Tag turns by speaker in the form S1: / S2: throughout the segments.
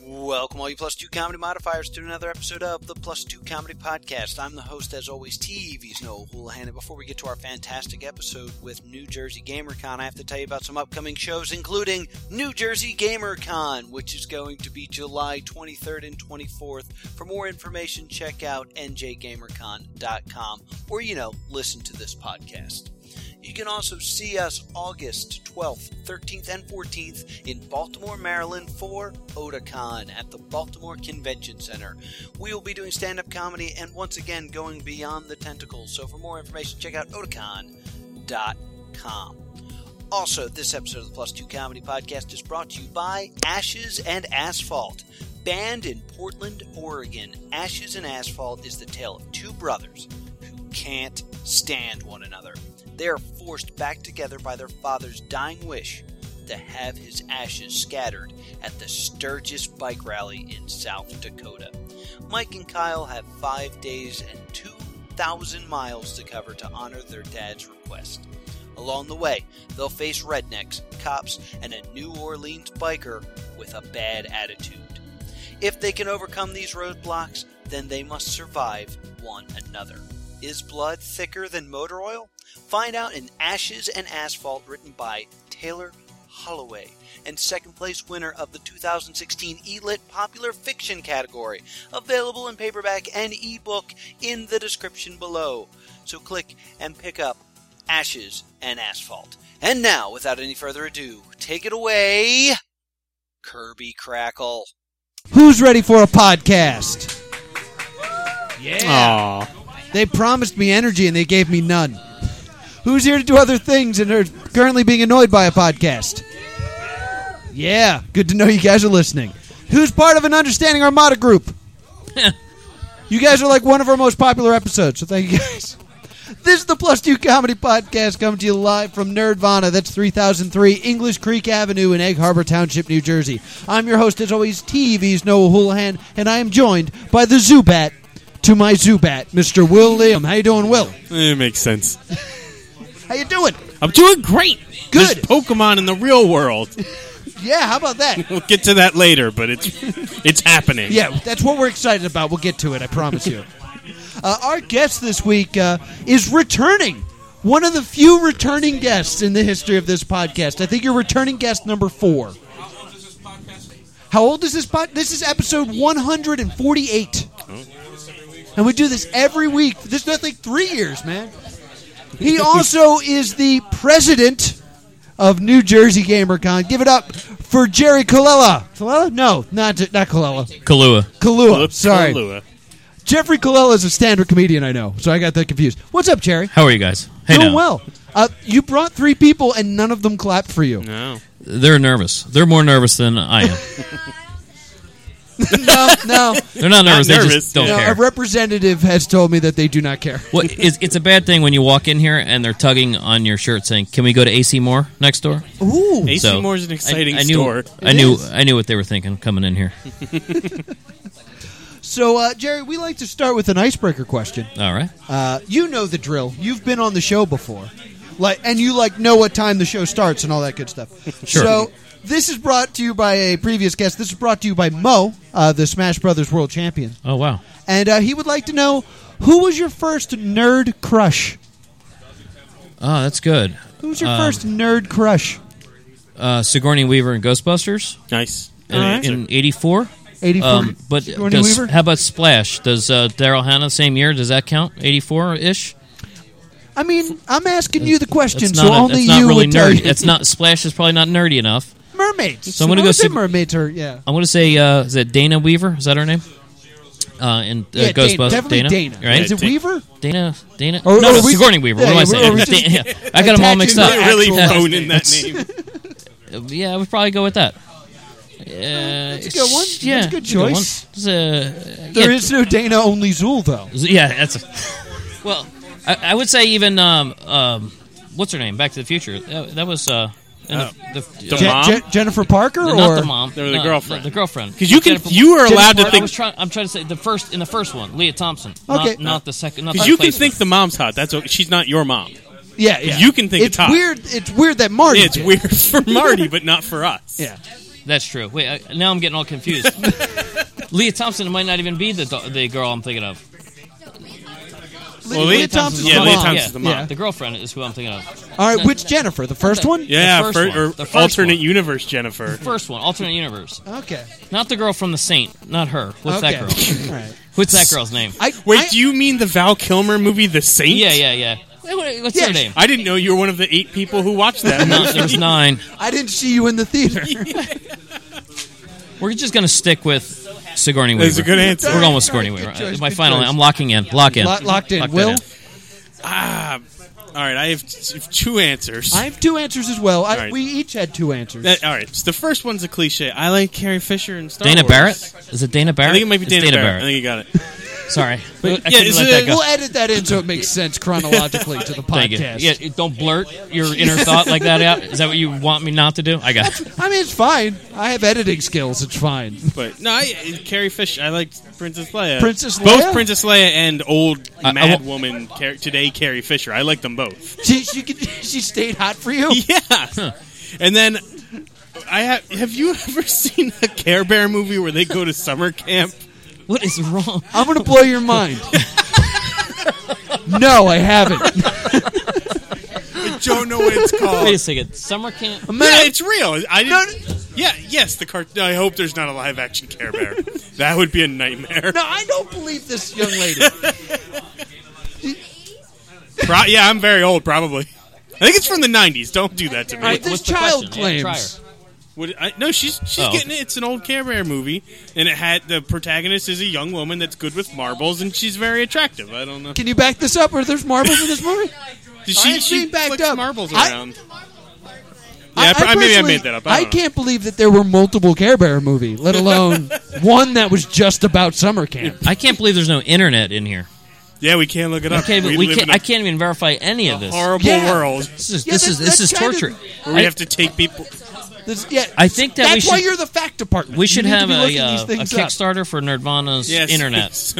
S1: Welcome, all you plus two comedy modifiers, to another episode of the Plus Two Comedy Podcast. I'm the host, as always, TV's Noel Houlihan. And before we get to our fantastic episode with New Jersey GamerCon, I have to tell you about some upcoming shows, including New Jersey GamerCon, which is going to be July 23rd and 24th. For more information, check out njgamercon.com or, you know, listen to this podcast. You can also see us August 12th, 13th, and 14th in Baltimore, Maryland for Otakon at the Baltimore Convention Center. We will be doing stand up comedy and once again going beyond the tentacles. So for more information, check out otakon.com. Also, this episode of the Plus Two Comedy Podcast is brought to you by Ashes and Asphalt. Banned in Portland, Oregon, Ashes and Asphalt is the tale of two brothers who can't stand one another they are forced back together by their father's dying wish to have his ashes scattered at the Sturgis Bike Rally in South Dakota. Mike and Kyle have five days and 2,000 miles to cover to honor their dad's request. Along the way, they'll face rednecks, cops, and a New Orleans biker with a bad attitude. If they can overcome these roadblocks, then they must survive one another. Is blood thicker than motor oil? Find out in Ashes and Asphalt, written by Taylor Holloway, and second place winner of the 2016 E-Lit E Popular Fiction category. Available in paperback and ebook in the description below. So click and pick up Ashes and Asphalt. And now, without any further ado, take it away, Kirby Crackle.
S2: Who's ready for a podcast?
S3: Yeah.
S2: They promised me energy and they gave me none. Who's here to do other things and are currently being annoyed by a podcast? Yeah, good to know you guys are listening. Who's part of an Understanding Armada group? you guys are like one of our most popular episodes, so thank you guys. This is the Plus Two Comedy Podcast coming to you live from Nerdvana. That's 3003 English Creek Avenue in Egg Harbor Township, New Jersey. I'm your host, as always, TV's Noah Houlihan, and I am joined by the Zubat to my Zubat, Mr. Will Liam. How you doing, Will?
S3: It Eh, makes sense.
S2: How you doing?
S3: I'm doing great.
S2: Good.
S3: There's Pokemon in the real world.
S2: Yeah, how about that?
S3: We'll get to that later, but it's it's happening.
S2: Yeah, that's what we're excited about. We'll get to it, I promise you. uh, our guest this week uh, is returning. One of the few returning guests in the history of this podcast. I think you're returning guest number four. How old is this podcast? This is episode 148. And we do this every week. This is not like three years, man. He also is the president of New Jersey GamerCon. Give it up for Jerry Colella. Colella? No, not not Colella.
S4: Kahlua.
S2: Kalua.
S3: Whoops,
S2: Oh, Sorry.
S3: Kahlua.
S2: Jeffrey Kalella is a stand-up comedian I know, so I got that confused. What's up, Jerry?
S4: How are you guys? Hey,
S2: Doing
S4: now.
S2: well. Uh, you brought three people and none of them clapped for you.
S3: No.
S4: They're nervous. They're more nervous than I am.
S2: no, no,
S4: They're not nervous. they
S3: nervous,
S4: just don't
S2: no.
S4: care.
S2: A representative has told me that they do not care.
S4: well, it's, it's a bad thing when you walk in here and they're tugging on your shirt, saying, "Can we go to AC Moore next door?"
S2: Ooh,
S3: AC
S4: So,
S3: Moore's an
S4: I-
S3: exciting
S4: I, knew,
S3: store.
S4: I
S2: It
S4: knew.
S2: is. Hmm.
S4: I knew what they were thinking coming in here.
S2: So, uh, Jerry, we like to start with an icebreaker question.
S4: All right.
S2: Uh, you know the drill. You've been on the show before, like, and you like know what time the show starts and all that good stuff.
S4: Sure.
S2: So this is brought to you by a previous guest. This is brought to you by Mo, uh, the Smash Brothers World Champion,
S4: Oh wow.
S2: and uh, he would like to know who was your first nerd crush.
S4: Oh, that's good.
S2: Who was your
S4: Um,
S2: first nerd crush?
S4: Uh, Sigourney Weaver and Ghostbusters
S3: Nice.
S4: in- in '84.
S2: Eighty-four.
S4: Um, but
S2: Sigourney
S4: does-
S2: Weaver.
S4: how about Splash? Does uh, Daryl Hannah same year? Does that count? '84 ish.
S2: I mean, I'm asking you the
S4: That's
S2: question,
S4: not.
S2: so
S4: a-
S2: only
S4: that's not
S2: you
S4: really
S2: would tell
S4: nerdy.
S2: you.
S4: That's not Splash is probably not nerdy enough.
S2: mermaids.
S4: So I'm gonna
S2: I
S4: go
S2: would say
S4: Sig-
S2: mermaids are yeah.
S4: I want to say uh, is that Dana Weaver? Is that her name? Uh, in uh,
S2: Yeah, Dana,
S4: Ghostbusters,
S2: definitely Dana.
S4: right?
S2: Is it
S3: Yeah,
S2: Weaver?
S4: Dana, Dana.
S2: Or-
S4: no,
S2: or
S4: no,
S2: we-
S4: Sigourney Weaver.
S2: yeah,
S4: what am I
S2: we're-
S4: saying?
S2: we're just
S4: Dana- yeah. I got them all
S2: attaching
S4: mixed
S2: the
S4: up. uh,
S3: They really
S2: Actual
S3: phone in that name.
S4: yeah, I would probably go with that. Yeah,
S2: Uh, a good one.
S4: Yeah,
S2: That's a good
S4: it's one.
S2: choice.
S4: It's a-
S2: There
S4: yeah,
S2: is no Dana, only Zool though.
S4: yeah, that's. A, well, I, I would say even um, um, what's her name? Back to the Future. That, that was uh, in
S3: Oh.
S4: the, the,
S3: The
S2: Je-
S3: mom?
S2: Je- Jennifer Parker
S4: uh,
S2: or
S4: not the mom.
S3: They were the
S4: No,
S3: girlfriend.
S4: The, girlfriend.
S3: Because you can,
S4: Jennifer-
S3: you are allowed to
S2: Parker
S4: I
S3: think.
S4: was trying. I'm trying to say the first in the first one, Leah Thompson.
S2: Okay.
S4: Not, not the second. Not
S3: Because
S4: the
S3: you can
S4: replacement.
S3: think the mom's hot. That's what, she's not your mom.
S2: Yeah, yeah.
S3: You can think
S2: it's
S3: it's hot.
S2: weird. It's weird that Marty.
S3: It's
S2: did.
S3: weird for Marty, but not for us.
S2: Yeah.
S4: That's true. Wait, I, now I'm getting all confused. Leah Thompson might not even be the do- the girl I'm thinking of.
S3: Well,
S2: Leah
S3: Leah
S2: Thompson's
S3: Thompson's yeah,
S2: the
S3: Leah
S2: mom.
S3: Thompson's the mom.
S2: Yeah.
S4: The girlfriend is who I'm thinking of.
S2: All right, which Jennifer? The first one?
S3: Yeah,
S4: first
S3: fir-
S4: one.
S3: or
S4: The first
S3: alternate
S4: one.
S3: universe Jennifer.
S4: First one, alternate universe.
S2: Okay.
S4: Not the girl from The Saint. Not her. What's
S2: okay.
S4: that girl?
S2: All right.
S4: What's that girl's name?
S2: I,
S3: Wait,
S2: I-
S3: do you mean the Val Kilmer movie The Saint?
S4: Yeah, yeah, yeah. Wait, what- What's her
S2: Yes.
S4: name?
S3: I didn't know you were one of the eight people who watched that.
S4: No, it was nine.
S2: I didn't see you in the theater.
S4: We're just gonna stick with Sigourney Weaver.
S3: That's a good answer.
S4: We're going with
S2: Sorry,
S4: Sigourney
S2: good
S4: Weaver.
S2: choice,
S4: My
S2: good
S4: final.
S2: choice.
S4: I'm locking in. Lock in.
S2: Lo- locked in.
S4: Lock that
S2: Will?
S4: in.
S3: Ah, all right. I have t- two answers.
S2: I have two answers as well. I,
S3: All right. Uh,
S2: We each had two answers. Uh,
S3: That- all right. So the first one's a cliche. I like Carrie Fisher and Star
S4: Dana
S3: Wars.
S4: Barrett? Is it Dana Barrett?
S3: I think it might be
S4: It's
S3: Dana, Barrett. I think you got it.
S4: Sorry,
S3: But,
S4: I
S3: yeah,
S4: couldn't
S3: is
S4: let
S3: it-
S4: that go.
S2: we'll edit that in so it makes sense chronologically to the
S4: Thank you.
S2: podcast.
S4: Yeah, it- don't blurt your inner thought like that out. Is that what you want me not to do? I got. It.
S2: I mean, it's fine. I have editing skills. It's fine.
S3: But no, I, uh, Carrie Fisher. I liked Princess Leia.
S2: Princess Leia?
S3: Both Princess Leia and old
S4: I- I
S3: Mad
S4: wa-
S3: Woman Car- today Carrie Fisher. I like them both.
S2: She she, could, she stayed hot for you.
S3: Yeah. and then I have. Have you ever seen a Care Bear movie where they go to summer camp?
S4: What is wrong?
S2: I'm gonna blow your mind. no, I haven't.
S3: I don't know what it's called.
S4: Wait a second. Summer camp.
S3: Yeah, it's real. I didn't. yeah, yes, the cart. I hope there's not a live action Care Bear. that would be a nightmare.
S2: No, I don't believe this young lady.
S3: Pro- yeah, I'm very old, probably. I think it's from the '90s. Don't do that to me.
S2: Right. this
S4: What's the
S2: child
S4: question? Yeah, try
S2: claims.
S4: her.
S3: Would- I- no, she's she's
S4: Oh.
S3: getting it. It's an old Care Bear movie, and it had the protagonist is a young woman that's good with marbles, and she's very attractive. I don't know.
S2: Can you back this up? Are there marbles in this movie? I
S3: She
S2: ain't
S3: she
S2: being backed
S3: flicks
S2: up.
S3: marbles
S2: I-
S3: around. yeah, I, I, maybe I
S2: personally-
S3: made that up. I, don't know.
S2: can't believe that there were multiple Care Bear movie, let alone one that was just about summer camp.
S4: I can't believe there's no internet in here.
S3: Yeah, we can't look it up.
S4: Okay, but
S3: we
S4: we
S3: live
S4: can't.
S3: in a
S4: I can't even verify any of this.
S3: horrible
S2: Yeah.
S3: world
S4: This is
S2: Yeah,
S4: this
S2: that-
S4: is this
S2: that
S4: is
S2: kind of-
S4: torture.
S3: where we have to take people.
S2: This- yeah,
S4: I think that
S2: that's
S4: we
S2: why
S4: should-
S2: you're the fact department.
S4: We should
S2: you need
S4: have
S2: to be
S4: a,
S2: looking
S4: uh,
S2: these
S4: a
S2: things up.
S4: Kickstarter for Nirvana's
S3: Yes.
S4: internet.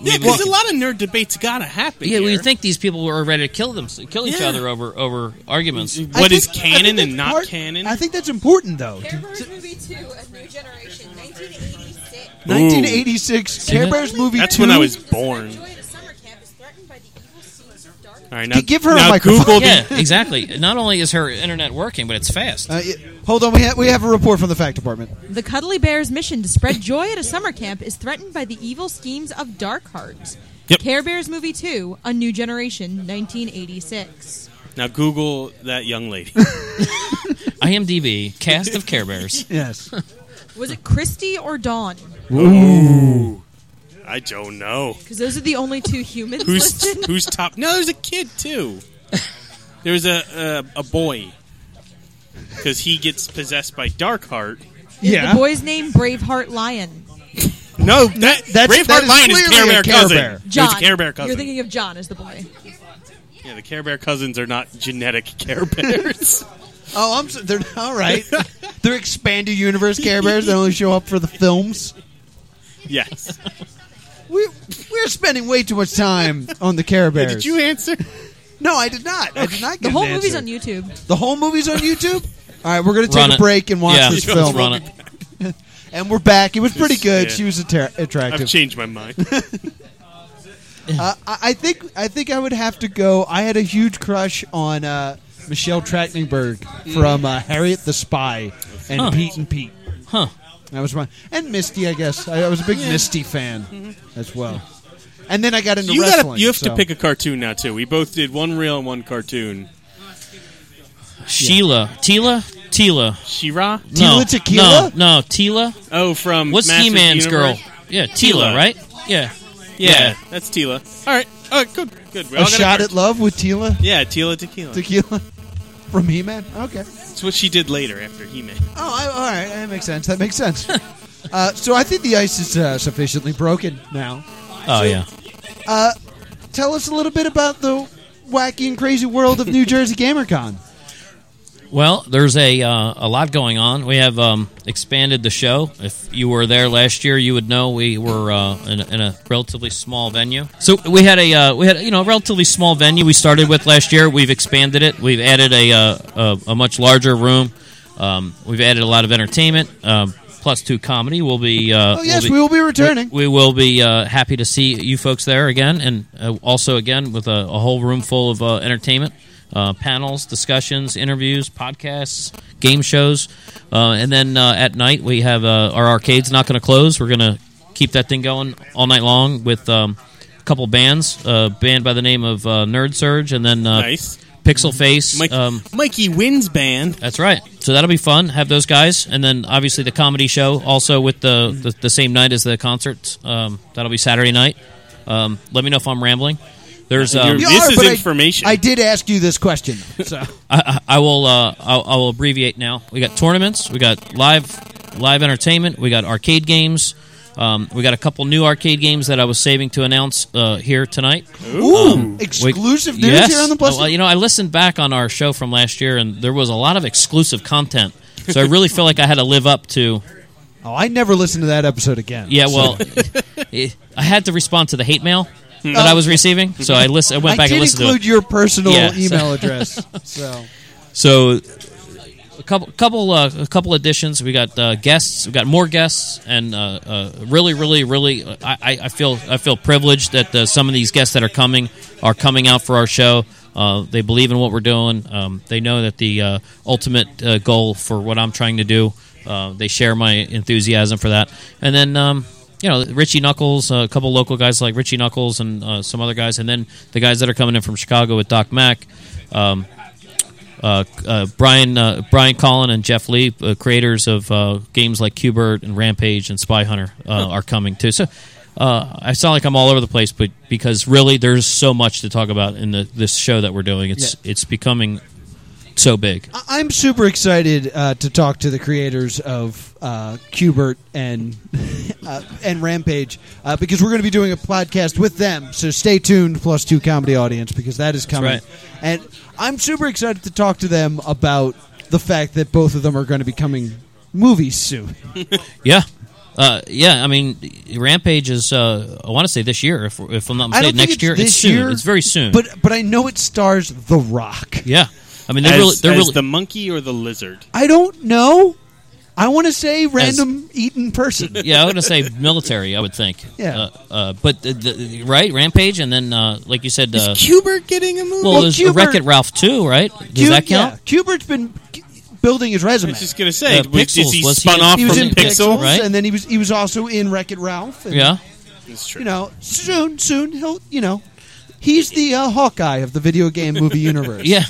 S3: yeah, because a lot of nerd debates gotta happen.
S4: Yeah,
S3: here.
S4: well, you think these people were ready to kill them, kill each
S3: Yeah.
S4: other over over arguments.
S2: I
S3: What is
S2: think- I
S3: canon
S2: think
S3: and
S2: that's
S3: not
S2: part-
S3: canon?
S2: I think that's important though.
S5: Care Bears movie two, A New Generation, 1986.
S2: 1986 Care
S4: that?
S2: Bears movie
S3: That's
S2: two.
S3: when I was born.
S5: Joy at a summer camp is threatened by the evil seeds of darkness.
S3: All right, now,
S2: To give her a
S3: now
S2: microphone.
S3: Google the-
S4: Yeah, exactly. Not only is her internet working, but it's fast.
S2: Uh, yeah, hold on, we have we have a report from the fact department.
S5: The Cuddly Bear's mission to spread joy at a summer camp is threatened by the evil schemes of Darkheart.
S3: Yep.
S5: Care Bears Movie 2, A New Generation, 1986.
S3: now Google that young lady.
S4: IMDb cast of Care Bears.
S2: Yes,
S5: Was it Christy or Dawn?
S3: I don't know
S5: Because those are the only two humans listed.
S3: who's who's top. No, there's a kid too. There's a a, a boy because he gets possessed by Darkheart.
S2: yeah.
S5: The boy's name, Braveheart Lion.
S3: No, that
S2: that's-
S3: Braveheart
S2: that is
S3: Lion is
S2: clearly
S3: Care
S2: a
S3: Bear
S2: Care
S3: cousin.
S2: Bear.
S3: It was a
S5: John.
S3: Care Bear cousin.
S5: You're thinking of John as the boy.
S3: yeah, the Care Bear cousins are not genetic Care Bears.
S2: Oh, I'm. So, they're all right. they're expanded universe Care Bears that only show up for the films.
S3: yes.
S2: We we're spending way too much time on the Care Bears.
S3: Did you answer?
S2: No, I did not. I did not. Get
S5: The whole
S2: an
S5: movie's on
S2: answer.
S5: YouTube.
S2: The whole movie's on YouTube. all right, we're gonna take
S4: Run
S2: a
S4: it.
S2: break and watch
S4: Yeah.
S2: this
S3: Yeah,
S2: film,
S4: Run it.
S2: and we're back. It was pretty good.
S3: Yeah.
S2: She was atter-
S3: I've
S2: attractive.
S3: changed my mind.
S2: Uh, I I think I think I would have to go. I had a huge crush on uh, Michelle Trachtenberg from uh, Harriet the Spy and
S4: Huh.
S2: Pete and Pete.
S4: Huh.
S2: That was my and Misty. I guess I, I was a big Misty fan as well. And then I got into
S3: Mm-hmm. you
S2: wrestling.
S3: gotta, you have to
S2: so-
S3: pick a cartoon now too. We both did one reel and one cartoon.
S4: Sheila. Tila? Tila.
S3: Shira.
S4: No.
S2: Tila Tequila?
S4: No, no, Tila.
S3: Oh, from
S4: What's
S3: Masters
S4: He
S3: of
S4: Man's
S3: the
S4: girl?
S3: Universe?
S4: Yeah, Tila,
S3: Tila.
S4: right? Yeah.
S3: Yeah,
S4: Yeah.
S3: that's Tila. All right. Oh, good. Good. We
S2: a
S3: all got
S2: shot
S3: it.
S2: at love with Tila
S3: Yeah, Tila Tequila.
S2: Tequila from He Man. Okay.
S3: That's what she did later after He Man.
S2: Oh, I, all right. That makes sense. That makes sense. uh, so I think the ice is uh, sufficiently broken now.
S4: Oh, yeah.
S2: Tell us a little bit about the wacky and crazy world of New Jersey GamerCon.
S4: Well, there's a uh, a lot going on. We have um, expanded the show. If you were there last year, you would know we were uh, in, a, in a relatively small venue. So we had a uh, we had you know a relatively small venue we started with last year. We've expanded it. We've added a uh, a, a much larger room. Um, we've added a lot of entertainment. Um, plus two comedy will be. Uh,
S2: Oh, yes, we will be returning.
S4: We, we will be uh, happy to see you folks there again, and uh, also again with a, a whole room full of uh, entertainment. Uh, panels, discussions, interviews, podcasts, game shows, uh, and then uh, at night we have uh, our arcade's not going to close. We're going to keep that thing going all night long with um, a couple bands, uh, band by the name of uh, Nerd Surge, and then uh,
S3: Nice.
S4: Pixel Face.
S3: Mike,
S4: um,
S3: Mikey Wins Band.
S4: that's right. So that'll be fun. Have those guys, and then obviously the comedy show also with the the, the same night as the concerts. Um, that'll be Saturday night. Um, let me know if I'm rambling. There's um,
S3: You're-
S2: You
S3: This is
S2: but I-
S3: information.
S2: I, did ask you this question. So
S4: I, I I will uh, I'll, I will abbreviate now. We got tournaments. We got live live entertainment. We got arcade games. Um, we got a couple new arcade games that I was saving to announce uh, here tonight.
S2: Ooh,
S4: We-
S2: exclusive news
S4: Um, Yes. Oh,
S2: here on the plus.
S4: Well, you know, I listened back on our show from last year, and there was a lot of exclusive content. So I really feel like I had to live up to.
S2: oh, I never listened to that episode again.
S4: Yeah, well, it- I had to respond to the hate mail that I was receiving, so I listen. I went
S2: Oh. I
S4: back
S2: did
S4: and listened to it.
S2: include your personal
S4: Yeah, so-
S2: email address. So
S4: So a couple, couple, uh, a couple additions. We got uh, guests. We got more guests, and uh, uh, really, really, really, uh, I, I I feel I feel privileged that uh, some of these guests that are coming are coming out for our show. Uh, they believe in what we're doing. Um, they know that the uh, ultimate uh, goal for what I'm trying to do. Uh, they share my enthusiasm for that, and then. Um, you know Richie Knuckles, uh, a couple local guys like Richie Knuckles and uh, some other guys, and then the guys that are coming in from Chicago with Doc Mack, um, uh, uh, Brian uh, Brian Collin and Jeff Lee, uh, creators of uh, games like Cubert and Rampage and Spy Hunter, uh, are coming too. So uh, I sound like I'm all over the place, but because really there's so much to talk about in the, this show that we're doing, it's it's becoming so big.
S2: I- I'm super excited uh, to talk to the creators of uh, Cubert and uh, and Rampage uh, because we're going to be doing a podcast with them. So stay tuned, plus two comedy audience, because that is coming.
S4: right.
S2: And I'm super excited to talk to them about the fact that both of them are going to be coming movies soon.
S4: Yeah. Uh, yeah, I mean, Rampage is. Uh, I want to say this year, if, if I'm not
S2: I don't think
S4: mistaken, next
S2: it's
S4: year.
S2: This
S4: it's soon.
S2: year,
S4: It's very soon.
S2: But but I know it stars The Rock.
S4: Yeah, I mean
S3: as,
S4: they're really they're
S3: as
S4: really
S3: the monkey or the lizard.
S2: I don't know. I want to say random eaten person.
S4: yeah. I'm gonna say military. I would think.
S2: Yeah.
S4: Uh, uh, but the, the, right, Rampage, and then uh, like you said, uh,
S3: Is Cubert getting a movie?
S4: well, there's
S2: Cuber-
S4: Wreck It Ralph too, right? Does
S2: Cube-
S4: that count?
S2: Yeah, Kubert's been c- building his resume.
S3: I was just gonna say,
S4: Uh,
S3: was- is
S4: Pixels,
S3: he
S4: was
S3: spun
S4: he-
S3: off
S2: he was in
S4: from the-
S2: Pixels,
S4: right?
S2: and then he was he was also in Wreck It Ralph. And,
S4: Yeah.
S3: It's true.
S2: you know, soon, soon he'll, you know, he's the uh, Hawkeye of the video game movie universe.
S4: Yeah.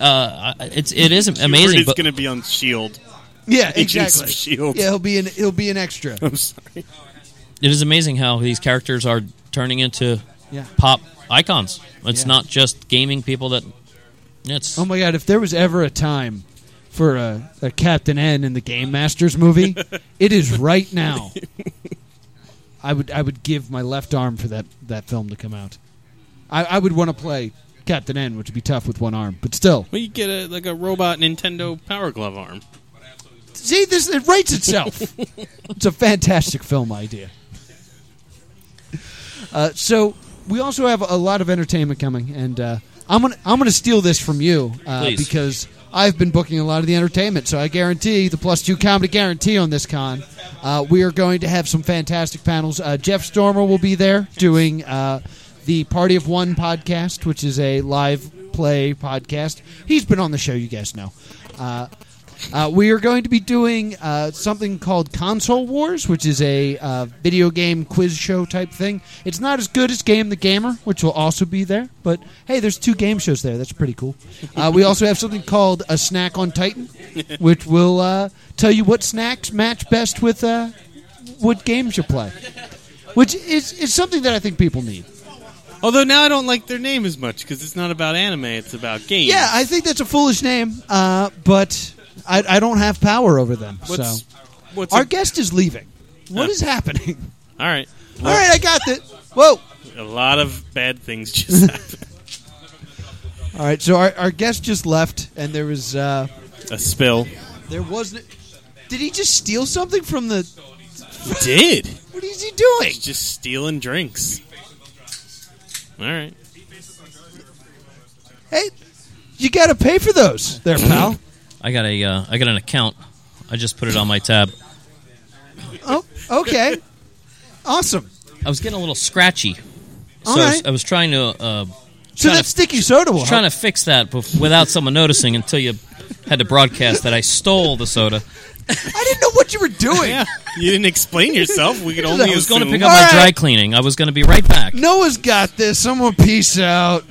S4: Uh, I- it's it is
S3: Hubert
S4: amazing,
S3: is
S4: but
S3: going to be on Shield.
S2: yeah,
S3: Agents of
S2: exactly.
S3: S.H.I.E.L.D..
S2: Yeah, he'll be an he'll be an extra.
S3: I'm sorry.
S4: it is amazing how these characters are turning into
S2: Yeah.
S4: pop icons. It's
S2: Yeah.
S4: not just gaming people that. It's
S2: Oh my god, if there was ever a time for a, a Captain N in the Game Masters movie, it is right now. I would I would give my left arm for that that film to come out. I, I would want to play Captain N, which would be tough with one arm, but still.
S3: Well, you get a like a robot Nintendo Power Glove arm.
S2: See, this it writes itself. it's a fantastic film idea. Uh, so we also have a lot of entertainment coming, and uh, I'm gonna I'm gonna steal this from you uh,
S4: Please.
S2: because I've been booking a lot of the entertainment. So I guarantee the plus two comedy guarantee on this con. Uh, we are going to have some fantastic panels. Uh, Jeff Stormer will be there doing uh, the Party of One podcast, which is a live play podcast. He's been on the show, you guys know. Uh, uh, we are going to be doing uh, something called Console Wars, which is a uh, video game quiz show type thing. It's not as good as Game the Gamer, which will also be there, but hey, there's two game shows there. That's pretty cool. Uh, we also have something called A Snack on Titan, which will uh, tell you what snacks match best with uh, what games you play, which is, is something that I think people need.
S3: Although now I don't like their name as much because it's not about anime; it's about games.
S2: Yeah, I think that's a foolish name, uh, but I, I don't have power over them.
S3: what's
S2: so
S3: what's
S2: our
S3: a-
S2: guest is leaving. What is happening?
S3: all right?
S2: All right, I got it. Whoa.
S3: A lot of bad things just happened.
S2: All right, so our, our guest just left, and there was uh,
S3: a spill.
S2: there wasn't. Did he just steal something from the?
S3: Did
S2: What is he doing?
S3: just stealing drinks. All right.
S2: Hey, you got to pay for those, there, pal.
S4: I got a uh, I got an account. I just put it on my tab.
S2: Oh, okay. awesome.
S4: I was getting a little scratchy, so
S2: All
S4: I, was,
S2: right.
S4: I was trying to uh,
S2: So
S4: trying
S2: that
S4: to-
S2: sticky soda will
S4: was trying to fix that bef- without someone noticing until you had to broadcast that I stole the soda.
S2: help. I didn't know what you were doing.
S3: Yeah, you didn't explain yourself. We could only
S2: I
S4: I was going to
S3: assume.
S4: pick up
S2: All
S4: my
S2: right.
S4: dry cleaning. I was going to be right back.
S2: Noah's got this. Someone peace out.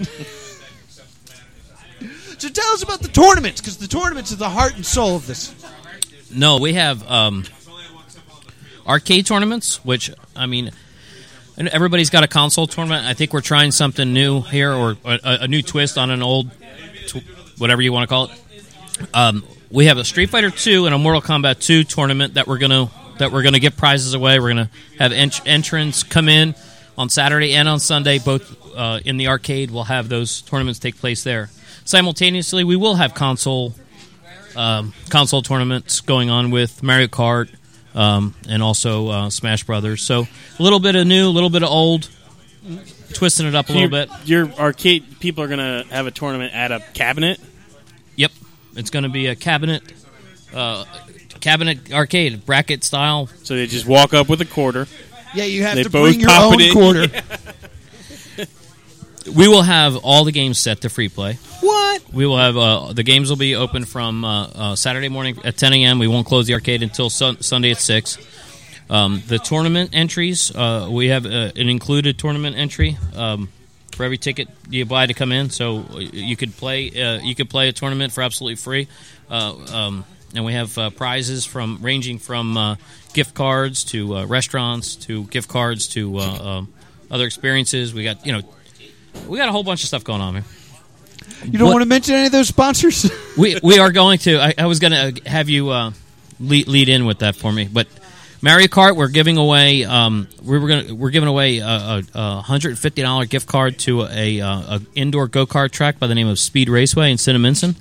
S2: so tell us about the tournaments, because the tournaments is the heart and soul of this.
S4: No, we have um, arcade tournaments, which I mean, and everybody's got a console tournament. I think we're trying something new here, or a, a new twist on an old, tw- whatever you want to call it. Um, we have a Street Fighter Two and a Mortal Kombat Two tournament that we're gonna that we're gonna give prizes away. We're gonna have ent- entrants come in on Saturday and on Sunday, both uh, in the arcade. We'll have those tournaments take place there. Simultaneously, we will have console um, console tournaments going on with Mario Kart um, and also uh, Smash Brothers. So a little bit of new, a little bit of old, twisting it up a little bit.
S3: Your arcade people are gonna have a tournament at a cabinet.
S4: Yep, it's going to be a cabinet, uh, cabinet arcade bracket style.
S3: So they just walk up with a quarter.
S2: Yeah, you have
S3: They
S2: to
S3: both
S2: bring your
S3: pop it
S2: own
S3: in.
S2: quarter.
S4: We will have all the games set to free play.
S3: What?
S4: We will have uh, the games will be open from uh, uh, Saturday morning at 10 a.m. We won't close the arcade until sun- Sunday at six. Um, the tournament entries uh, we have uh, an included tournament entry um, for every ticket you buy to come in. So uh, you could play uh, you could play a tournament for absolutely free. Uh, um, and we have uh, prizes from ranging from uh, gift cards to uh, restaurants to gift cards to uh, um, other experiences. We got you know we got a whole bunch of stuff going on here.
S2: You don't
S4: What-
S2: want to mention any of those sponsors?
S4: we we are going to. I, I was going to have you uh, lead, lead in with that for me, but Mario Kart, we're giving away. Um, we were going to we're giving away a, a, a hundred fifty dollar gift card to a, a, a indoor go kart track by the name of Speed Raceway in Cinnaminson.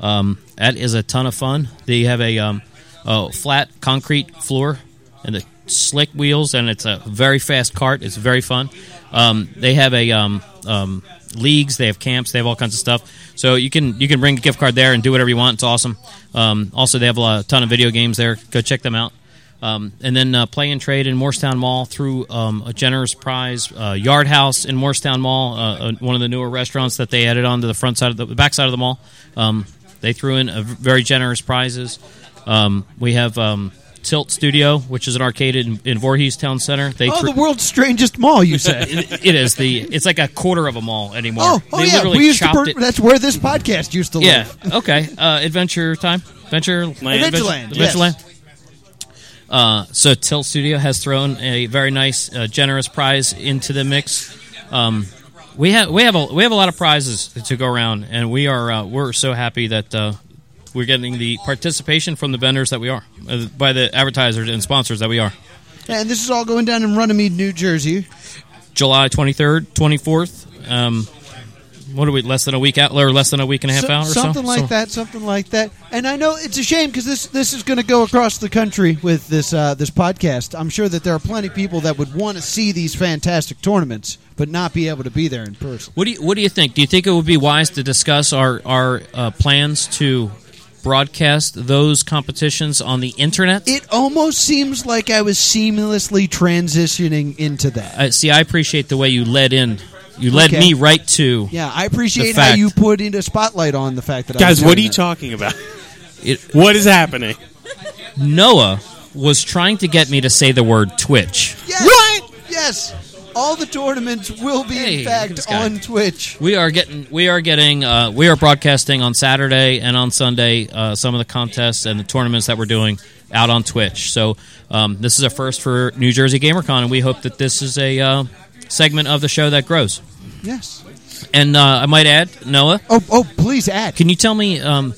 S4: Um, that is a ton of fun. They have a, um, a flat concrete floor and the slick wheels, and it's a very fast cart. It's very fun. Um, they have a um, um, leagues. They have camps. They have all kinds of stuff. So you can you can bring a gift card there and do whatever you want. It's awesome. Um, also, they have a, lot, a ton of video games there. Go check them out. Um, and then uh, play and trade in Morristown Mall through um, a generous prize. Uh, Yard House in Morristown Mall, uh, uh, one of the newer restaurants that they added onto the front side of the, the back side of the mall. Um, they threw in a v- very generous prizes. Um, we have um, Tilt Studio, which is an arcade in, in Voorhees Town Center. They
S2: oh,
S4: threw-
S2: the world's strangest mall, you said.
S4: it it is the it's like a quarter of a mall anymore.
S2: oh, oh
S4: they
S2: yeah.
S4: literally
S2: We used to
S4: chopped
S2: per-
S4: it.
S2: That's where this podcast used to
S4: Yeah.
S2: live.
S4: Okay. Uh, adventure time. Adventure
S3: Land.
S2: Adventureland, yes.
S4: Adventureland. Uh, so Tilt Studio has thrown a very nice, uh, generous prize into the mix. Um, we have we have a we have a lot of prizes to go around, and we are uh, we're so happy that uh, we're getting the participation from the vendors that we are, uh, by the advertisers and sponsors that we are.
S2: And this is all going down in Runnymede, New Jersey.
S4: July twenty third, twenty fourth. Um, what are we? Less than a week out, or less than a week and a half
S2: So-
S4: out, or
S2: something
S4: so?
S2: like
S4: So-
S2: that, something like that. And I know it's a shame because this this is going to go across the country with this uh, this podcast. I'm sure that there are plenty of people that would want to see these fantastic tournaments, but not be able to be there in person.
S4: What do you What do you think? Do you think it would be wise to discuss our our uh, plans to broadcast those competitions on the internet?
S2: It almost seems like I was seamlessly transitioning into that.
S4: Uh, see, I appreciate the way you led in. You led
S2: Okay.
S4: me right to
S2: Yeah, I appreciate
S4: The
S2: how
S4: fact-
S2: you put into spotlight on the fact that I was
S3: Guys, what are
S2: doing
S3: you
S2: that.
S3: talking about?
S4: It-
S3: what is happening?
S4: Noah was trying to get me to say the word Twitch.
S2: Yes, Yes, all the tournaments will be
S4: Hey,
S2: in
S4: look at this
S2: fact
S4: guy.
S2: on Twitch.
S4: We are getting we are getting uh, we are broadcasting on Saturday and on Sunday uh, some of the contests and the tournaments that we're doing out on Twitch. So um, this is a first for New Jersey GamerCon, and we hope that this is a uh, segment of the show that grows.
S2: Yes.
S4: And uh, I might add, Noah,
S2: Oh, oh, please add.
S4: can you tell me? Um,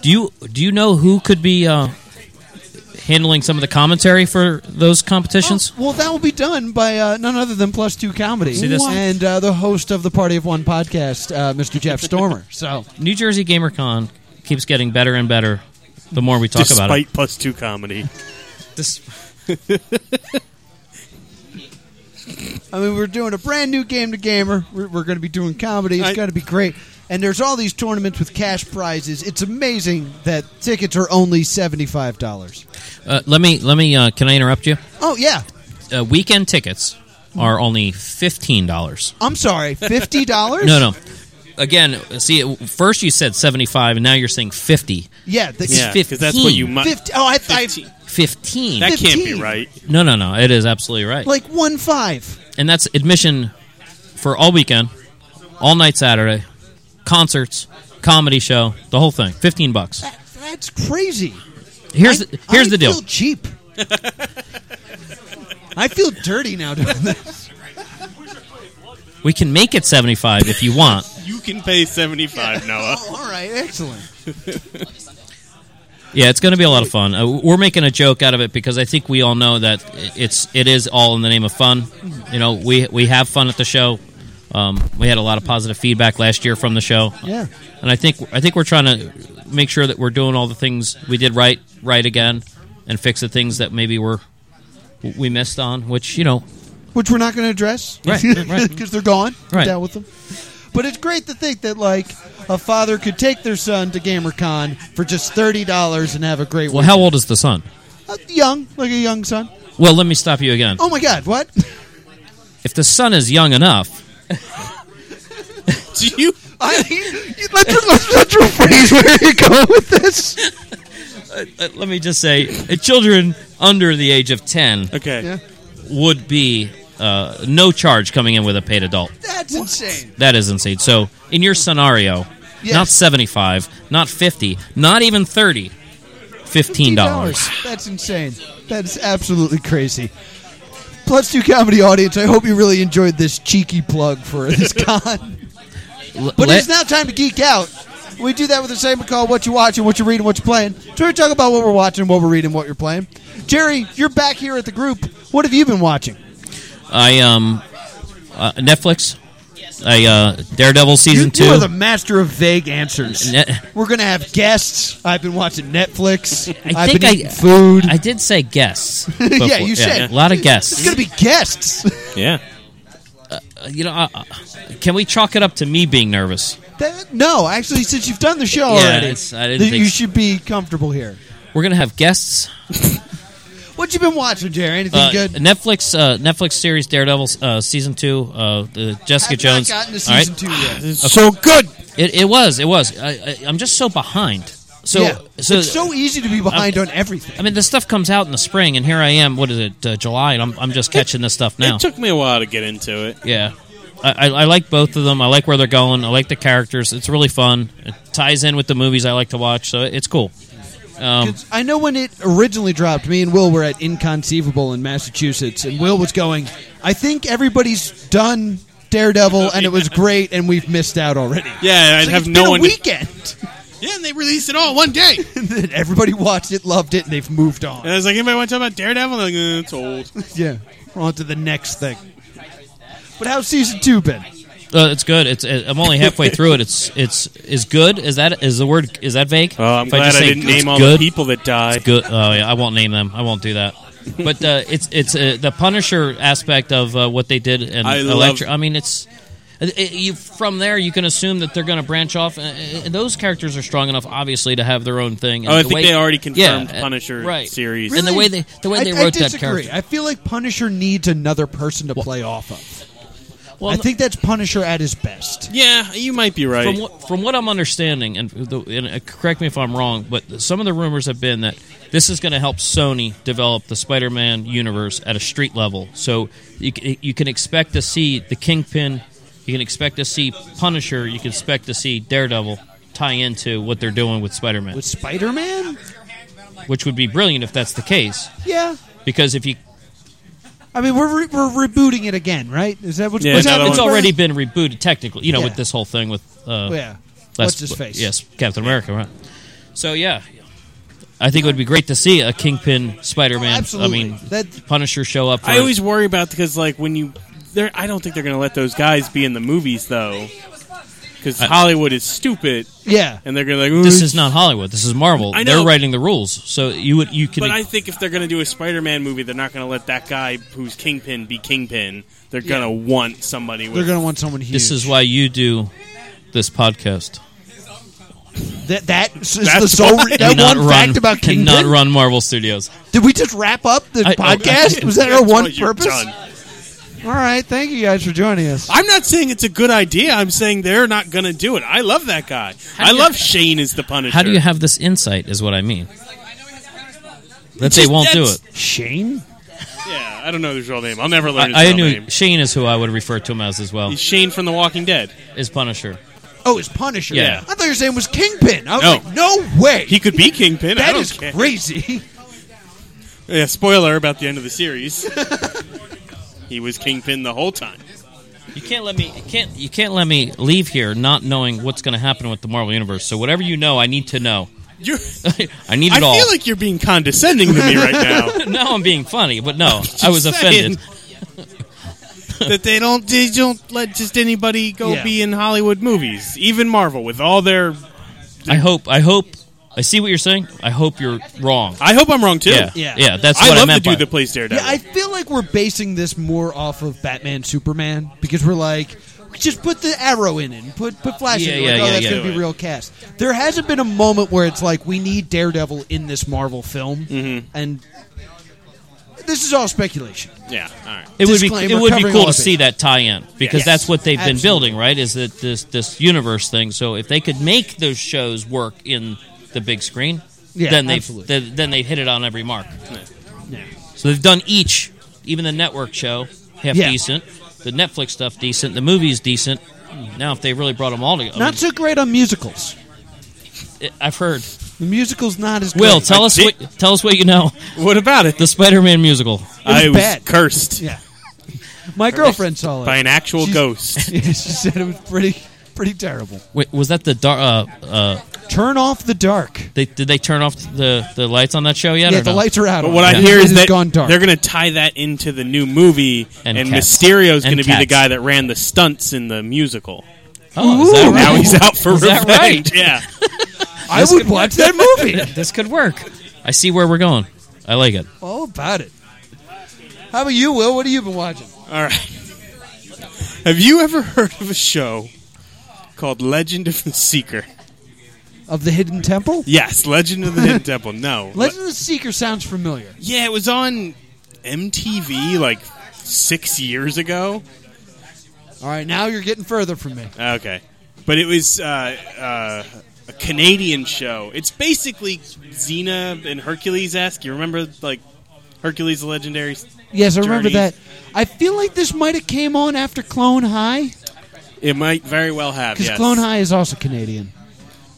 S4: do you do you know who could be uh, handling some of the commentary for those competitions?
S2: Oh, Well, that will be done by uh, none other than Plus Two Comedy
S4: See this?
S2: and uh, the host of the Party of One podcast, uh, Mr. Jeff Stormer. So
S4: New Jersey GamerCon keeps getting better and better the more we talk
S3: Despite
S4: about it.
S3: plus two comedy.
S4: This-
S2: I mean, we're doing a brand new game to gamer. We're, we're going to be doing comedy. It's
S3: I-
S2: going to be great. And there's all these tournaments with cash prizes. It's amazing that tickets are only seventy-five dollars.
S4: Uh, let me let me. Uh, can I interrupt you?
S2: Oh yeah,
S4: Uh, weekend tickets are only fifteen dollars.
S2: I'm sorry, fifty dollars?
S4: No, no. Again, see, first you said seventy-five, and now you're saying fifty.
S2: Yeah, the,
S3: Yeah, because that's what
S4: 15.
S3: you might.
S2: 50 Oh, I, I
S4: Fifteen.
S3: That can't be
S2: 15.
S3: right.
S4: No, no, no. It is absolutely right,
S2: like one five.
S4: and that's admission for all weekend, all night Saturday, concerts, comedy show, the whole thing. Fifteen bucks.
S2: That, that's crazy.
S4: Here's
S2: I-
S4: the, here's
S2: I
S4: the deal.
S2: Feel cheap. I feel dirty now doing this.
S4: We can make it seventy-five if you want.
S3: You can pay seventy five, Noah.
S2: Oh, all right, excellent.
S4: Yeah, it's going to be a lot of fun. Uh, we're making a joke out of it because I think we all know that i- it's it is all in the name of fun. You know, we we have fun at the show. Um, we had a lot of positive feedback last year from the show.
S2: Yeah.
S4: and I think I think we're trying to make sure that we're doing all the things we did right right again, and fix the things that maybe were we missed on. Which you know,
S2: Which we're not going to address,
S4: Right, right.
S2: Because they're gone. We
S4: Right.
S2: Dealt with them. But it's great to think that like a father could take their son to GamerCon for just thirty dollars and have a great.
S4: well, how old is the son?
S2: weekend. Uh, young, like a young son.
S4: Well, let me stop you again.
S2: Oh my God, what?
S4: If the son is young enough,
S3: Do you?
S2: I mean, let's, let's, let's rephrase where you're going with this.
S4: uh, let me just say, uh, children under the age of ten
S3: Okay.
S2: Yeah.
S4: would be uh, no charge coming in with a paid adult.
S2: That's insane.
S4: That is insane. So in your scenario,
S2: Yes.
S4: not seventy five, not fifty, not even thirty. Fifteen dollars.
S2: That's insane. That's absolutely crazy. Plus two comedy audience. I hope you really enjoyed this cheeky plug for this con. But it's now time to geek out. We do that with a segment called "What You Watching, What You Reading, What You Playing." So we talk about what we're watching, what we're reading, what you're playing. Jerry, you're back here at the group. What have you been watching?
S4: I um uh, Netflix. I uh, Daredevil season
S2: you,
S4: two.
S2: you are the master of vague answers.
S4: Ne-
S2: we're gonna have guests. I've been watching Netflix.
S4: I
S2: have
S4: think
S2: been
S4: I-
S2: eating food.
S4: I did say guests.
S2: yeah,
S4: before.
S2: you said
S4: a lot of
S2: It's
S4: guests.
S2: gonna be guests.
S3: Yeah.
S4: Uh, you know, uh, uh, can we chalk it up to me being nervous?
S2: That- no, actually, since you've done the show
S4: Yeah,
S2: already,
S4: it's- I didn't
S2: that
S4: think
S2: you
S4: so.
S2: should be comfortable here.
S4: We're gonna have guests.
S2: What you been watching, Jerry? Anything
S4: Uh,
S2: good?
S4: Netflix uh, Netflix series Daredevil uh, season two. Uh, the Jessica
S2: I've
S4: Jones.
S2: not gotten to
S4: All right.
S2: season two yet.
S3: So good.
S4: It, it was. It was. I, I, I'm just so behind. So
S2: yeah.
S4: so.
S2: it's so easy to be behind on everything.
S4: I mean, this stuff comes out in the spring, and here I am. What is it, uh, July? And I'm, I'm just catching this stuff now.
S3: It took me a while to get into it.
S4: Yeah. I, I, I like both of them. I like where they're going. I like the characters. It's really fun. It ties in with the movies I like to watch, so it's cool. Um,
S2: 'Cause I know when it originally dropped, me and Will were at Inconceivable in Massachusetts, and Will was going, I think everybody's done Daredevil, and it was great, and we've missed out already.
S3: Yeah, I'd
S2: It's like,
S3: have
S2: it's
S3: no
S2: been
S3: one.
S2: a weekend.
S3: Yeah, and they released it all one day.
S2: and then everybody watched it, loved it, and they've moved
S3: And
S2: on.
S3: I was like, anybody want to talk about Daredevil? Like, eh, it's old.
S2: yeah. On to the next thing. But how's season two been?
S4: uh, it's good. It's uh I'm only halfway through it. It's it's is good. Is that is the word? Is that vague?
S3: Oh, I'm
S4: If
S3: glad
S4: just
S3: I,
S4: say
S3: didn't
S4: it's
S3: name all
S4: good,
S3: the people that die.
S4: Good. Oh yeah, I won't name them. I won't do that. But uh, it's it's uh, the Punisher aspect of uh, what they did and
S3: I love-
S4: Electra. I mean, it's it, it- you from there you can assume that they're going to branch off. And, and those characters are strong enough, obviously, to have their own thing. And
S3: Oh, I
S4: the
S3: think
S4: way-
S3: they already confirmed
S4: Yeah, uh,
S3: Punisher
S4: right.
S3: series.
S4: And the way they the way
S2: I,
S4: they
S2: I
S4: wrote that
S2: disagree.
S4: character.
S2: I feel like Punisher needs another person to play off of.
S4: Well,
S2: I think that's Punisher at his best.
S3: Yeah, you might be right.
S4: from what, from what I'm understanding, and, the, and uh, correct me if I'm wrong, but some of the rumors have been that this is going to help Sony develop the Spider-Man universe at a street level. So you, c- you can expect to see the Kingpin, you can expect to see Punisher, you can expect to see Daredevil tie into what they're doing with Spider-Man,
S2: With Spider Man?
S4: which would be brilliant if that's the case.
S2: Yeah.
S4: Because if you,
S2: I mean, we're, re- we're rebooting it again, right? Is that what's,
S3: Yeah,
S2: what's
S3: another
S2: happening?
S4: it's
S3: one.
S4: already been rebooted technically, you know,
S2: Yeah.
S4: with this whole thing with uh,
S2: Yeah.
S4: That's-
S2: What's his face?
S4: Yes, Captain America, right? So yeah, I think it would be great to see a Kingpin, Spider Man. I
S2: absolutely.
S4: mean,
S2: That-
S4: Punisher show up. For,
S3: I always worry about because like when you, they're, I don't think they're going to let those guys be in the movies though, because Hollywood is stupid,
S2: Yeah.
S3: and they're going to like. "Ooh,
S4: this is not Hollywood. This is Marvel.
S3: I know.
S4: They're writing the rules, so you would you can.
S3: But I think if they're going to do a Spider-Man movie, they're not going to let that guy who's Kingpin be Kingpin. They're going to want somebody
S2: They're
S3: with.
S2: going to want someone huge.
S4: this is why you do this podcast.
S2: That that is
S3: That's
S2: the sole
S3: why.
S2: that
S4: Cannot
S2: one
S4: run,
S2: fact about Kingpin.
S4: Cannot run Marvel Studios.
S2: Did we just wrap up the
S4: I-
S2: podcast? Was that our
S3: That's
S2: one
S3: what you've
S2: purpose?
S3: done.
S2: All right, thank you guys for joining us.
S3: I'm not saying it's a good idea. I'm saying they're not going to do it. I love that guy.
S4: do
S3: I
S4: you-
S3: love Shane as the Punisher.
S4: How do you have this insight? Is what I mean. That they
S3: Just-
S4: won't do
S3: that's-
S4: it.
S2: Shane,
S3: Yeah, I don't know his real name. I'll never learn his
S4: I, I
S3: real
S4: knew
S3: name.
S4: Shane is who I would refer to him as as well.
S3: He's Shane from The Walking Dead.
S4: Is Punisher.
S2: oh, it's Punisher.
S4: Yeah.
S2: I thought your name was Kingpin. I was
S3: No.
S2: like, no way.
S3: He could be Kingpin. I
S2: that
S3: don't
S2: is
S3: care.
S2: crazy.
S3: Yeah, spoiler about the end of the series. he was Kingpin the whole time.
S4: You can't let me. You can't. You can't let me leave here not knowing what's going to happen with the Marvel universe. So whatever you know, I need to know.
S3: You're,
S4: I need
S3: I
S4: it all.
S3: feel like you're being condescending to me right now.
S4: no, I'm being funny, but no, I was offended.
S3: that they don't they don't let just anybody go
S2: Yeah.
S3: be in Hollywood movies, even Marvel with all their.
S4: I hope. I hope. I see what you're saying. I hope you're wrong.
S3: I hope I'm wrong too.
S4: Yeah,
S2: Yeah.
S4: yeah. that's
S3: I
S4: what
S3: love
S4: I,
S3: the
S4: meant by
S3: dude that
S4: it.
S3: plays Daredevil.
S2: Yeah, I feel like we're basing this more off of Batman Superman because we're like, just put the arrow in it, and put put Flash
S4: Yeah,
S2: in it.
S4: yeah,
S2: Like, oh,
S4: yeah,
S2: that's
S4: yeah.
S2: gonna be real cast. There hasn't been a moment where it's like we need Daredevil in this Marvel film, and this is all speculation.
S3: yeah, all right.
S4: It would be.
S2: Disclaimer,
S4: It would be
S2: covering
S4: cool
S2: all
S4: to
S2: of it.
S4: see that tie-in because
S2: Yes.
S4: that's what they've been
S2: Absolutely.
S4: building, right? Is that this this universe thing? So if they could make those shows work in the big screen,
S2: Yeah,
S4: then they
S2: absolutely.
S4: then then they hit it on every mark.
S2: Yeah.
S4: So they've done each, even the network show, half
S2: Yeah.
S4: decent. The Netflix stuff decent. The movies decent. Now, if they really brought them all together,
S2: Not so great on musicals.
S4: I've heard.
S2: The musical's not as
S4: Will,
S2: great.
S4: tell us
S3: did-
S4: what tell us what you know.
S3: What about it?
S4: The Spider-Man musical.
S3: I was
S2: bad.
S3: cursed
S2: Yeah. My girlfriend saw it
S3: by an actual
S2: She's-
S3: ghost.
S2: Yeah, she said it was pretty pretty terrible.
S4: Wait, was that the dar- uh, uh,
S2: Turn off the dark.
S4: they, did they turn off the, the lights on that show yet?
S2: Yeah,
S4: or
S2: the
S4: no?
S2: lights are out.
S3: But
S2: on
S3: what
S2: it.
S3: I
S2: Yeah.
S3: hear
S2: It
S3: is that
S2: gone dark.
S3: they're going to tie that into the new movie,
S4: And
S3: and,
S4: cats.
S3: Mysterio's
S4: And
S3: going to be the
S4: cats.
S3: guy that ran the stunts in the musical.
S4: Oh, is that
S2: Ooh.
S4: right?
S3: Now he's out for
S4: Is that
S3: revenge. Yeah,
S2: I would watch that movie.
S4: This could work. I see where we're going. I like it.
S2: All about it. How about you, Will? What have you been watching?
S3: all right. Have you ever heard of a show called Legend of the Seeker?
S2: Of the Hidden Temple?
S3: Yes, Legend of the Hidden Temple. No,
S2: Legend of the Seeker sounds familiar.
S3: Yeah, it was on MTV like six years ago.
S2: All right, now you're getting further from me.
S3: Okay, but it was uh, uh, a Canadian show. It's basically Xena and Hercules esque. You remember like Hercules the Legendary?
S2: Yes, I remember
S3: Journeys?
S2: that. I feel like this might have came on after Clone High
S3: It might very well have.
S2: because
S3: Yes,
S2: Clone High is also Canadian.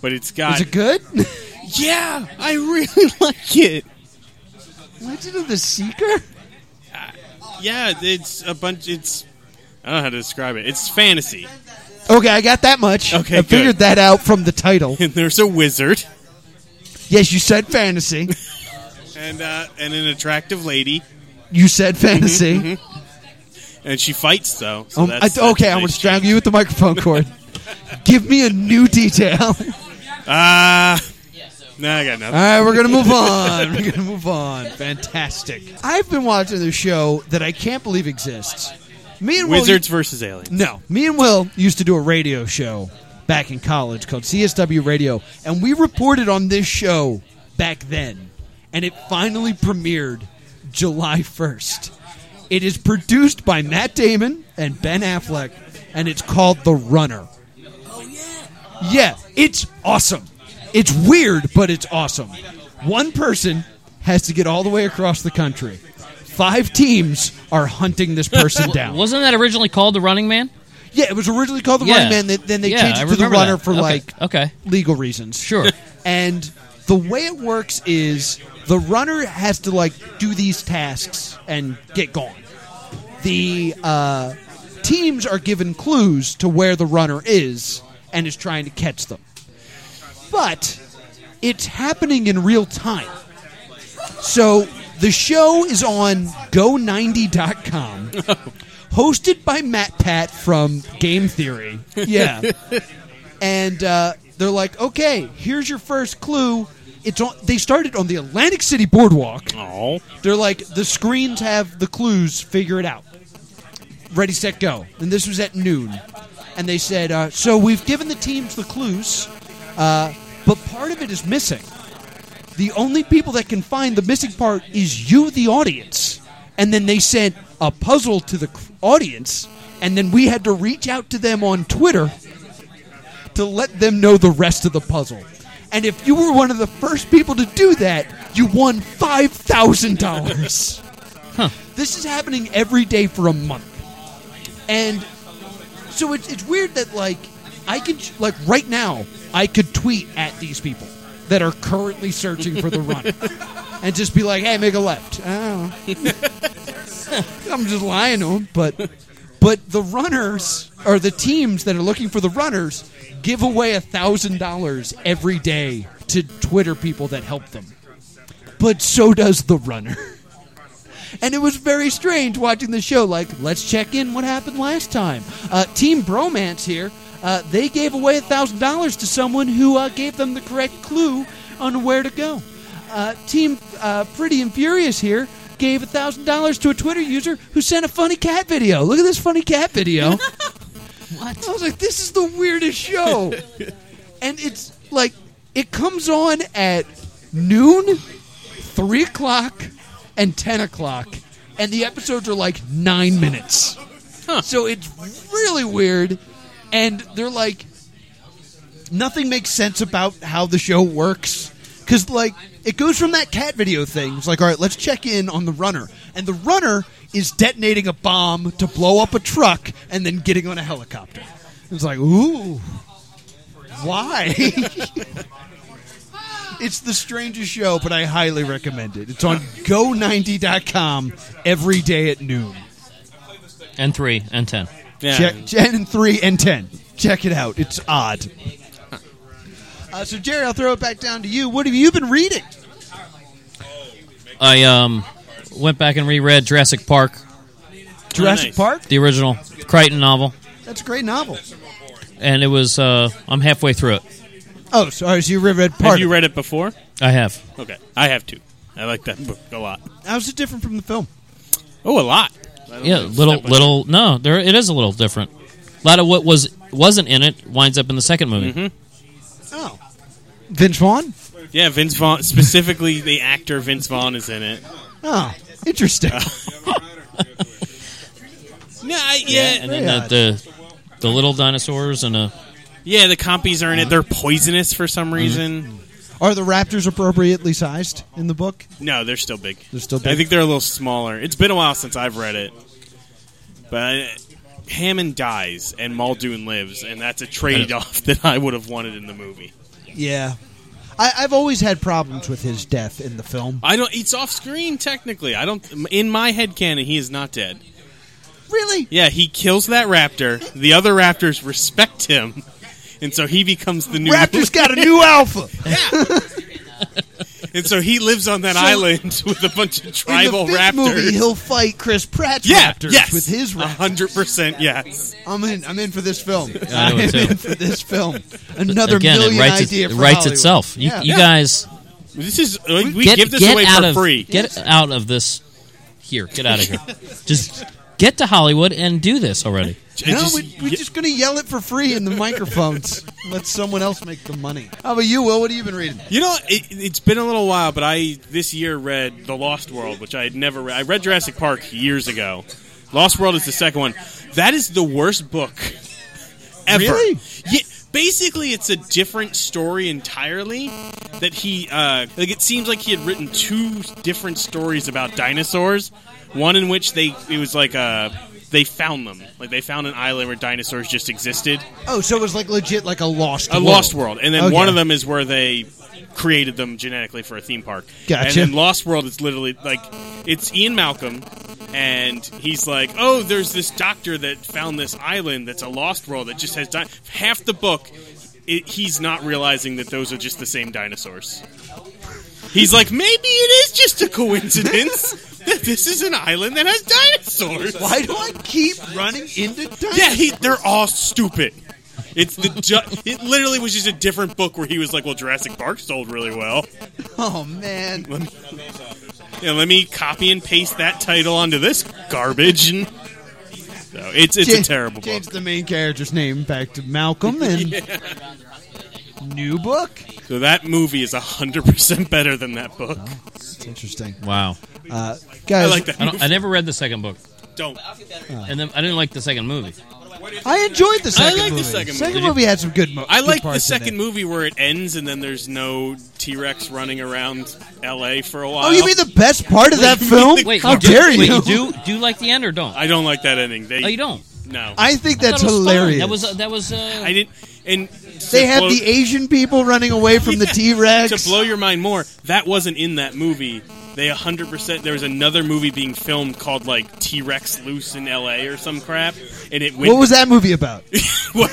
S3: but it's
S2: Is
S3: got.
S2: it good?
S3: yeah, I really like it.
S2: Legend of the Seeker?
S3: Yeah, it's a bunch. It's I don't know how to describe it. It's fantasy,
S2: Okay, I got that much.
S3: Okay,
S2: I figured
S3: good.
S2: that out from the title.
S3: and there's a wizard
S2: Yes, you said fantasy.
S3: and uh, and an attractive lady,
S2: You said
S3: Mm-hmm,
S2: fantasy.
S3: and she fights though. So
S2: Um, I-
S3: that's, that's
S2: okay,
S3: a
S2: I'm going
S3: big
S2: to strangle you with the microphone cord. Give me a new detail.
S3: Ah. no, I got
S2: All
S3: nothing.
S2: right, we're gonna move on. We're gonna move on. Fantastic. I've been watching this show that I can't believe exists. Me and
S3: Wizards versus aliens.
S2: Will, no, me and Will used to do a radio show back in college called CSW Radio, and we reported on this show back then, and it finally premiered July first. It is produced by Matt Damon and Ben Affleck, and it's called The Runner. Yeah, it's awesome. It's weird, but it's awesome. One person has to get all the way across the country. Five teams are hunting this person down.
S4: Wasn't that originally called The Running Man?
S2: yeah, it was originally called the Running Man. Then, then they
S4: Yeah,
S2: changed
S4: I
S2: it to the
S4: remember
S2: Runner
S4: that.
S2: for
S4: Okay,
S2: like
S4: okay,
S2: legal reasons.
S4: sure.
S2: And the way it works is the runner has to like do these tasks and get gone. The uh, teams are given clues to where the runner is and is trying to catch them. But it's happening in real time. So the show is on go90.com. Hosted by Matt Pat from Game Theory. Yeah. and uh, they're like, "Okay, here's your first clue." It's on. They started on the Atlantic City Boardwalk.
S3: Oh,
S2: They're like, the screens have the clues. Figure it out. Ready, set, go. And this was at noon, and they said, uh, "So we've given the teams the clues, uh, but part of it is missing. The only people that can find the missing part is you, the audience." And then they sent a puzzle to the c- audience, and then we had to reach out to them on Twitter to let them know the rest of the puzzle. And if you were one of the first people to do that, you won five thousand dollars. This is happening every day for a month, and so it's it's weird that like I could like right now I could tweet at these people that are currently searching for the run, and just be like, "Hey, make a left." I don't know. I'm just lying to them, but but the runners or the teams that are looking for the runners give away a thousand dollars every day to Twitter people that help them, but so does the runner. And it was very strange watching the show. Like, let's check in what happened last time. Uh, Team Bromance here. Uh, they gave away thousand dollars to someone who uh, gave them the correct clue on where to go. Uh, Team uh, Pretty and Furious here gave thousand dollars to a Twitter user who sent a funny cat video. Look at this funny cat video. I was like, this is the weirdest show. and it's like, it comes on at noon, 3 o'clock, and 10 o'clock. And the episodes are like nine minutes. So it's really weird. And they're like, nothing makes sense about how the show works because like it goes from that cat video thing it's like all right let's check in on the runner and the runner is detonating a bomb to blow up a truck and then getting on a helicopter it's like ooh why it's the strangest show but i highly recommend it it's on go90.com every day at noon
S4: and three and ten.
S3: Yeah.
S2: Check, 10 and 3 and 10. Check it out. It's odd. Uh, so, Jerry, I'll throw it back down to you. What have you been reading?
S4: I um went back and reread Jurassic Park,
S2: Jurassic
S3: nice.
S2: Park?
S4: the original Crichton novel,
S2: That's a great novel.
S4: and it was uh I'm halfway through it.
S2: Oh, sorry. So you reread part.
S3: Have
S2: of
S3: you
S2: it.
S3: read it before?
S4: I have.
S3: Okay, I have two. I like that book a lot.
S2: How's it different from the film?
S3: Oh, a lot.
S4: Yeah, little little no, there it is a little different. A lot of what was wasn't in it winds up in the second movie.
S3: Mm-hmm.
S2: Oh. Vince Vaughn?
S3: Yeah, Vince Vaughn specifically the actor Vince Vaughn is in it.
S2: Oh, interesting.
S3: Oh. Yeah, I, yeah, yeah,
S4: And then the, the the little dinosaurs and uh
S3: The compies are in it. They're poisonous for
S2: Mm-hmm.
S3: some reason.
S2: Are the raptors appropriately sized in the book?
S3: No, they're still big.
S2: They're still
S3: I
S2: big.
S3: think they're a little smaller. It's been a while since I've read it, but I, Hammond dies and Muldoon lives, and that's a trade-off that I would have wanted in the movie.
S2: Yeah. I, I've always had problems with his death in the film.
S3: I don't. It's off screen technically. I don't. In my head canon, he is not dead.
S2: Really?
S3: Yeah, he kills that raptor. The other raptors respect him, and so he becomes the new
S2: Raptors got a new alpha.
S3: And so he lives on that island with a bunch of tribal
S2: in the fifth
S3: raptors.
S2: movie, he'll fight Chris Pratt's
S3: yeah,
S2: raptors
S3: yes, Uh-huh.
S2: with his raptors.
S3: hundred percent. Yes,
S2: I'm in. I'm in for this film.
S4: I know
S2: I'm
S4: it too.
S2: in for this film. Another
S4: again
S2: million
S4: it writes it-
S2: idea
S4: it
S2: for
S4: writes
S2: Hollywood.
S4: itself. You,
S2: Yeah.
S4: you
S2: Yeah.
S4: guys
S3: this is we, we
S4: get,
S3: give this
S4: get
S3: away
S4: out
S3: for
S4: of,
S3: free.
S4: Get out of this. Here, get out of here. Just get to Hollywood and do this already.
S3: J-
S2: No,
S3: just-
S2: we, we're
S3: y-
S2: just gonna yell it for free in the microphones. Let someone else make the money. How about you, Will? What have you been reading?
S3: you know, it, it's been a little while, but I this year read The Lost World, which I had never read. I read Jurassic Park years ago. Lost World is the second one. That is the worst book ever.
S2: Really?
S3: Yeah, basically, it's a different story entirely. That he, uh, like, it seems like he had written two different stories about dinosaurs. One in which they, it was like uh they found them, like they found an island where dinosaurs just existed.
S2: Oh, so it was like legit, like a lost,
S3: A Lost World, and then
S2: Okay.
S3: one of them is where they created them genetically for a theme park.
S2: Gotcha.
S3: And then Lost World is literally like it's Ian Malcolm, and he's like, "Oh, there's this doctor that found this island that's a Lost World that just has di- half the book." It, he's not realizing that those are just the same dinosaurs. He's like, maybe it is just a coincidence that this is an island that has dinosaurs.
S2: Why do I keep running into dinosaurs?
S3: Yeah, he, they're all stupid. It's the ju- it literally was just a different book where he was like, "Well, Jurassic Park sold really well.
S2: Oh man,
S3: Yeah, let me copy and paste that title onto this garbage." And So it's it's a
S2: Change-
S3: terrible book.
S2: Change the main character's name back to Malcolm and new book.
S3: So that movie is hundred percent better than that book.
S2: It's interesting,
S4: Wow.
S2: uh,
S3: I
S2: guys.
S3: like that.
S4: I, don't, I never read the second book,
S3: Don't.
S4: and then I didn't like the second movie.
S2: I enjoyed the second
S3: like the
S2: movie.
S3: second movie.
S2: movie. had some good. Mo-
S3: I
S2: good
S3: like the
S2: parts in
S3: second
S2: it.
S3: movie where it ends and then there's no T Rex running around L.A. for a while.
S2: Oh, you mean the best part of that film?
S4: Wait,
S2: How
S4: you do,
S2: dare
S4: wait,
S2: you?
S4: Do do you like the end or don't?
S3: I don't like that ending. They
S4: oh, you don't.
S3: no.
S2: I think that's
S4: That was fun.
S2: hilarious.
S4: That was uh, that was. Uh,
S3: I didn't. And
S2: they
S3: to
S2: had
S3: blow-
S2: the Asian people running away from the T Rex.
S3: to blow your mind more. That wasn't in that movie. They 100%. There was another movie being filmed called, like, T Rex Loose in LA or some crap. And it went.
S2: What was that movie about?
S3: well,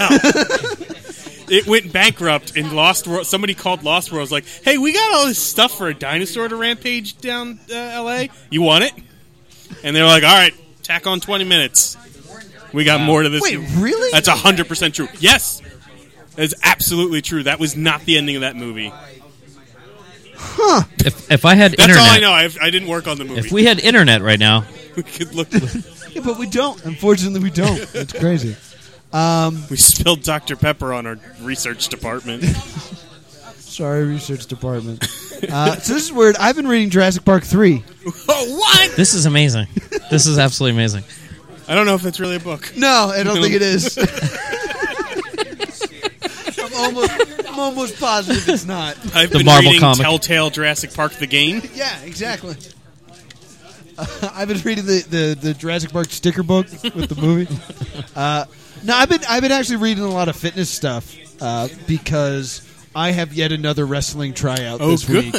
S3: it went bankrupt and Lost World. Somebody called Lost World. was like, hey, we got all this stuff for a dinosaur to rampage down uh, LA. You want it? And they were like, all right, tack on 20 minutes. We got more to this.
S2: Wait, really?
S3: That's 100% true. Yes. That's absolutely true. That was not the ending of that movie.
S4: if, if I had
S3: That's
S4: internet,
S3: all I know. I, I didn't work on the movie.
S4: if we had internet right now,
S3: We could look.
S2: Yeah, but we don't. Unfortunately, we don't. It's crazy.
S3: We spilled Dr. Pepper on our research department.
S2: Sorry, research department. Uh, so this is weird. I've been reading Jurassic Park three.
S3: oh, what?
S4: this is amazing. this is absolutely amazing.
S3: I don't know if it's really a book.
S2: No, I don't think it is. I'm almost, I'm almost positive it's not.
S3: I've
S4: The
S3: been
S4: Marvel
S3: reading
S4: comic.
S3: Telltale Jurassic Park the game.
S2: Yeah, exactly. Uh, I've been reading the, the, the Jurassic Park sticker book with the movie. Uh, no, I've been I've been actually reading a lot of fitness stuff uh, because I have yet another wrestling tryout
S3: Oh,
S2: this
S3: good.
S2: week.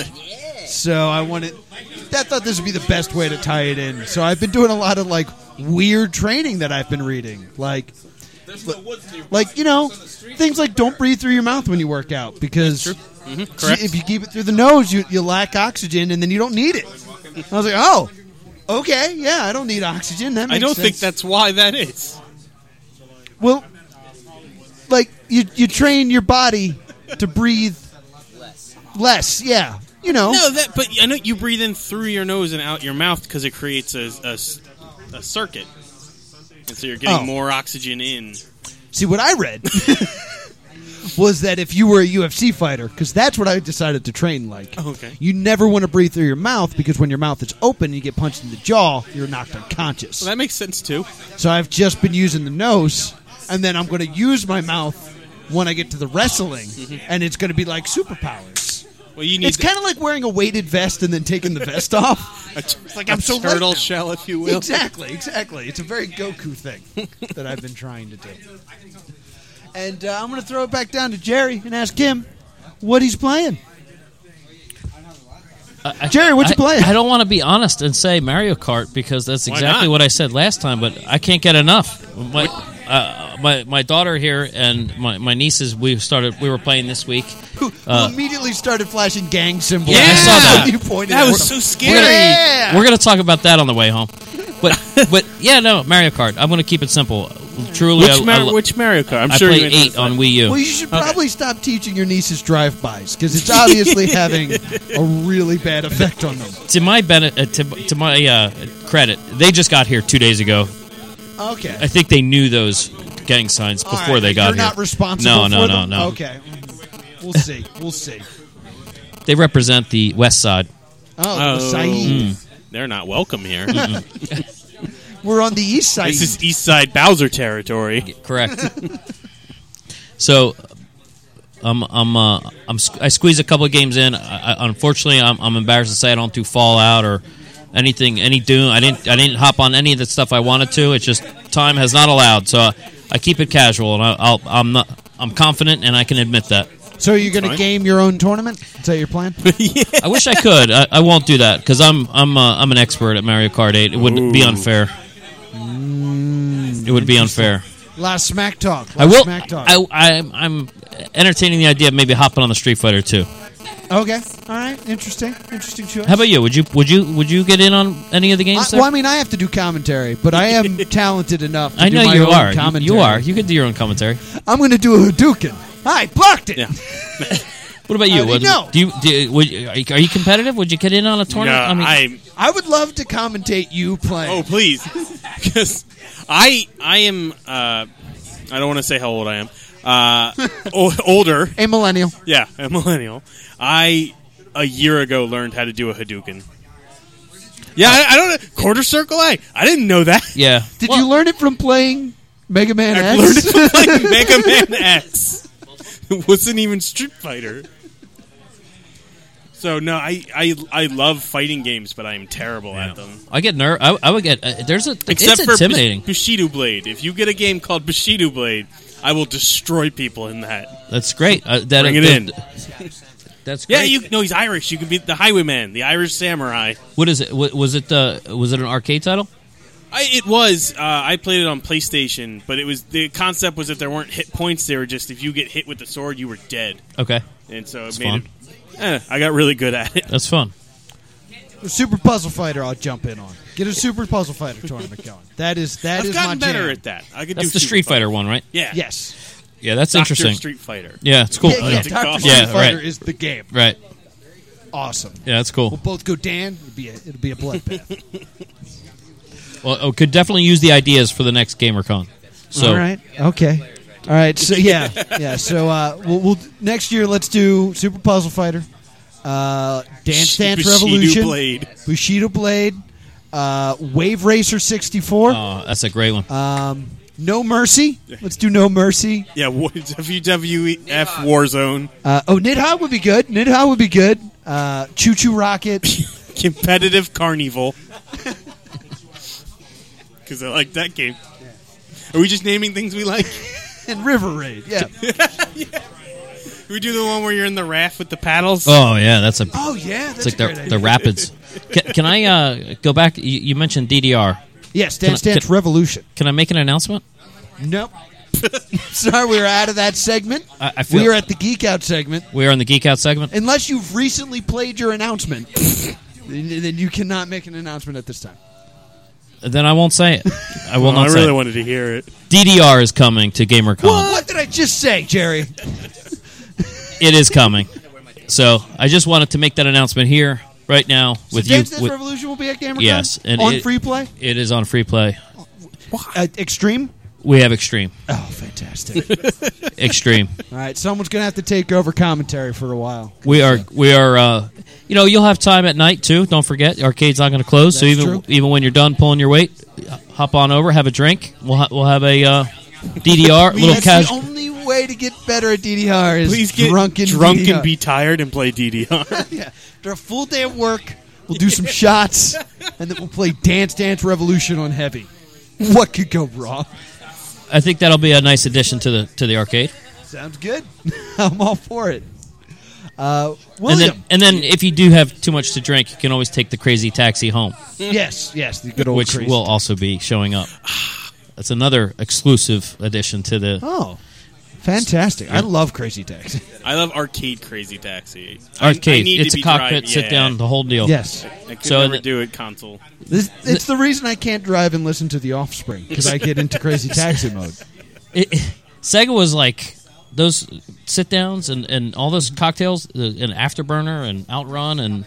S2: So I wanted. I thought this would be the best way to tie it in. So I've been doing a lot of like weird training that I've been reading, like. Like you know, things like don't breathe through your mouth when you work out because
S3: Mm-hmm. Correct.
S2: if you keep it through the nose, you, you lack oxygen, and then you don't need it. I was like, oh, okay, yeah, I don't need oxygen. That makes
S3: I don't think
S2: sense.
S3: that's why that is.
S2: well, like you you train your body to breathe less. Yeah, you know.
S3: No, that. But I know you breathe in through your nose and out your mouth because it creates a, a s- a circuit, and so you're getting
S2: Oh.
S3: more oxygen in.
S2: See what I read was that if you were a UFC fighter, because that's what I decided to train like.
S3: Oh, Okay.
S2: You never want to breathe through your mouth because when your mouth is open and you get punched in the jaw, you're knocked unconscious.
S3: Well, that makes sense too.
S2: So I've just been using the nose, and then I'm going to use my mouth when I get to the wrestling, and it's going to be like superpowers.
S3: Well, Mm-hmm. you need
S2: It's kind of like wearing a weighted vest and then taking the vest off.
S3: a, t-
S2: like
S3: a
S2: I'm so
S3: turtle
S2: late now.
S3: shell, if you will.
S2: Exactly, exactly. It's a very Goku thing that I've been trying to do. And uh, I'm going to throw it back down to Jerry and ask him what he's playing. Jerry, what you
S4: Uh, I-
S2: playing?
S4: I don't want to be honest and say Mario Kart because that's
S3: Why
S4: exactly
S3: not?
S4: what I said last time, but I can't get enough. My uh, my, my daughter here and my, my nieces we started we were playing this week.
S2: Who, who immediately started flashing gang symbols.
S4: Yeah, I saw that.
S2: You pointed
S3: That
S2: at
S3: was
S2: him.
S3: so
S4: We're gonna,
S3: scary.
S2: Yeah.
S4: we're gonna talk about that on the way home. But but yeah, no Mario Kart. I'm gonna keep it simple. Truly, I,
S3: Which,
S4: I,
S3: Mar-
S4: lo-
S3: which Mario Kart? I'm
S4: I
S3: sure you
S4: played
S3: announced
S4: eight on
S3: that.
S4: Wii U.
S2: Well, you should probably stop teaching your nieces drive-bys because it's obviously having a really bad effect on them.
S4: to my bene- uh, to, to my uh, credit, they just got here two days ago.
S2: Okay.
S4: I think they knew those gang signs
S2: All
S4: before
S2: right,
S4: they got
S2: You're
S4: here.
S2: not responsible
S4: No, no,
S2: for
S4: no,
S2: them?
S4: no.
S2: Okay. We'll see. We'll see.
S4: They represent the West Side.
S2: Oh, Hmm. the Saeed.
S3: They're not welcome here.
S2: We're on the east side.
S3: this is East Side Bowser territory.
S4: Correct. so, um, I'm uh, I'm squ- I squeeze a couple of games in. I, I, unfortunately, I'm, I'm embarrassed to say I don't do Fallout or anything, any Doom. I didn't I didn't hop on any of the stuff I wanted to. It's just time has not allowed. So I, I keep it casual, and I, I'll I'm not I'm confident, and I can admit that.
S2: so you're going to
S3: fine.
S2: game your own tournament? Is that your plan?
S4: I wish I could. I, I won't do that because I'm I'm uh, I'm an expert at Mario Kart 8. It would be
S3: Ooh.
S4: unfair. it would be unfair.
S2: Last smack talk. Last
S4: I will.
S2: Smack talk.
S4: I, I'm, I'm entertaining the idea of maybe hopping on the Street Fighter too.
S2: okay. All right. Interesting. Interesting choice.
S4: How about you? Would you would you would you get in on any of the
S2: I,
S4: games?
S2: well,
S4: there?
S2: I mean, I have to do commentary, but I am talented enough. To
S4: I
S2: do
S4: know
S2: my
S4: you
S2: own
S4: are. You-
S2: Commentary.
S4: You are. You could do your own commentary.
S2: I'm going to do a Hadouken. I blocked it.
S3: Yeah.
S4: What about
S2: How
S4: you?
S2: do you
S4: What-
S2: know?
S4: do you, do you- would you- are you are you competitive? Would you get in on a tournament?
S3: No, I
S2: I would love to commentate you playing.
S3: Oh please, because I I am uh, I don't want to say how old I am. Uh, o- older,
S2: A millennial.
S3: yeah, a millennial. I a year ago learned how to do a Hadouken. Yeah, I, I don't know. quarter circle. I I didn't know that.
S4: yeah.
S2: Did
S4: Well,
S2: you learn it from playing Mega Man
S3: I
S2: X?
S3: learned it from playing Mega Man X. It wasn't even Street Fighter. So no, I, I I love fighting games, but I am terrible at them.
S4: I get nerve. I, I would get. Uh, there's a.
S3: Except
S4: it's
S3: for
S4: intimidating.
S3: Bus- Bushido Blade. If you get a game called Bushido Blade, I will destroy people in that.
S4: That's great. Uh, that,
S3: Bring it
S4: that-
S3: in.
S4: That's great.
S3: Yeah, you no, he's Irish. You can be the Highwayman, the Irish Samurai.
S4: What is it? Wa- Was it? Uh, was it an arcade title?
S3: I, it was. Uh, I played it on PlayStation, but it was the concept was that there weren't hit points. They were just if you get hit with the sword, you were dead,
S4: Okay,
S3: and so it
S4: That's
S3: made
S4: fun.
S3: it. eh, I got really good at it.
S4: that's fun.
S2: A Super Puzzle Fighter. I'll jump in on. Get a Super Puzzle Fighter tournament going. That is that
S3: I've
S2: is
S3: gotten
S2: my jam.
S3: better at that. I could
S4: That's
S3: do
S4: the Street Fighter one, right?
S3: Yeah,
S2: Yes.
S4: Yeah, that's
S3: Dr.
S4: interesting.
S3: Street Fighter.
S4: Yeah, it's cool.
S2: Yeah, yeah,
S3: Yeah.
S2: Doctor
S3: Yeah,
S2: Street Fighter
S4: right.
S2: is the game.
S4: Right.
S2: Awesome.
S4: Yeah, that's cool.
S2: We'll both go Dan. It'd be a, it'd be a bloodbath.
S4: Well, oh, could definitely use the ideas for the next GamerCon. So,
S2: All right. Okay. All right. So yeah, yeah. So uh, we'll, we'll next year. Let's do Super Puzzle Fighter, uh, Dance Dance
S3: Bushido
S2: Revolution,
S3: Blade.
S2: Bushido Blade, uh, Wave Racer sixty four,
S4: uh, that's a great one.
S2: um, No Mercy. Let's do No Mercy.
S3: Yeah, what, WWF Warzone.
S2: Uh, oh, Nidha would be good. Nidha would be good. Uh, Choo Choo Rocket.
S3: competitive carnival because I like that game. Are we just naming things we like?
S2: and River Raid. Yeah.
S3: We do the one where you're in the raft with the paddles.
S4: Oh yeah, that's a.
S2: Oh yeah, that's
S4: It's like
S2: a great
S4: the,
S2: idea.
S4: the rapids. Can, can I uh, go back? You, you mentioned DDR.
S2: yes, Dance
S4: Can I-
S2: Dance
S4: can-
S2: Revolution.
S4: Can I make an announcement?
S2: Nope. Sorry, we are out of that segment.
S4: I, I feel
S2: We are at the Geek Out segment.
S4: we are in the geek out segment.
S2: Unless you've recently played your announcement, then then you cannot make an announcement at this time.
S4: Then I won't say it. I will
S3: I
S4: not say
S3: really
S4: it.
S3: wanted to hear it.
S4: DDR is coming to GamerCon.
S2: What did I just say, Jerry?
S4: It is coming. So I just wanted to make that announcement here, right now,
S2: So
S4: with you.
S2: Dance Dance
S4: with-
S2: Revolution will be at GamerCon?
S4: Yes, and
S2: on
S4: it-
S2: free play?
S4: it is on free play.
S2: Uh, extreme?
S4: We have Extreme.
S2: Oh, fantastic.
S4: Extreme.
S2: All right, someone's going to have to take over commentary for a while.
S4: We are we are uh, you know you'll have time at night too. Don't forget, arcade's not going to close. so
S2: That's
S4: even
S2: true.
S4: even when you're done pulling your weight, hop on over, have a drink. We'll ha- we'll have a uh, DDR
S2: We-
S4: little
S2: That's
S4: casual.
S2: the only way to get better at DDR is
S3: Please get
S2: drunk and
S3: drunk
S2: DDR.
S3: and be tired and play DDR.
S2: Yeah, after a full day of work, we'll do some shots, and then we'll play Dance Dance Revolution on heavy. What could go wrong?
S4: I think that'll be a nice addition to the to the arcade.
S2: Sounds good. I'm all for it. Uh,
S4: And
S2: William,
S4: then and then if you do have too much to drink, you can always take the crazy taxi home,
S2: yes, yes, the good old
S4: which
S2: crazy.
S4: will also be showing up. That's another exclusive addition to the
S2: Oh, fantastic! I love Crazy Taxi.
S3: I love arcade Crazy Taxi. I- I
S4: arcade.
S3: need to
S4: it's a
S3: be
S4: cockpit
S3: driving-
S4: sit
S3: yeah.
S4: down, the whole deal.
S2: Yes,
S3: I could
S4: So
S3: never
S4: the-
S3: do it console.
S2: this, it's the reason I can't drive and listen to The Offspring because I get into Crazy Taxi mode.
S4: it, Sega was like those sit downs and, and all those cocktails the, and afterburner and outrun and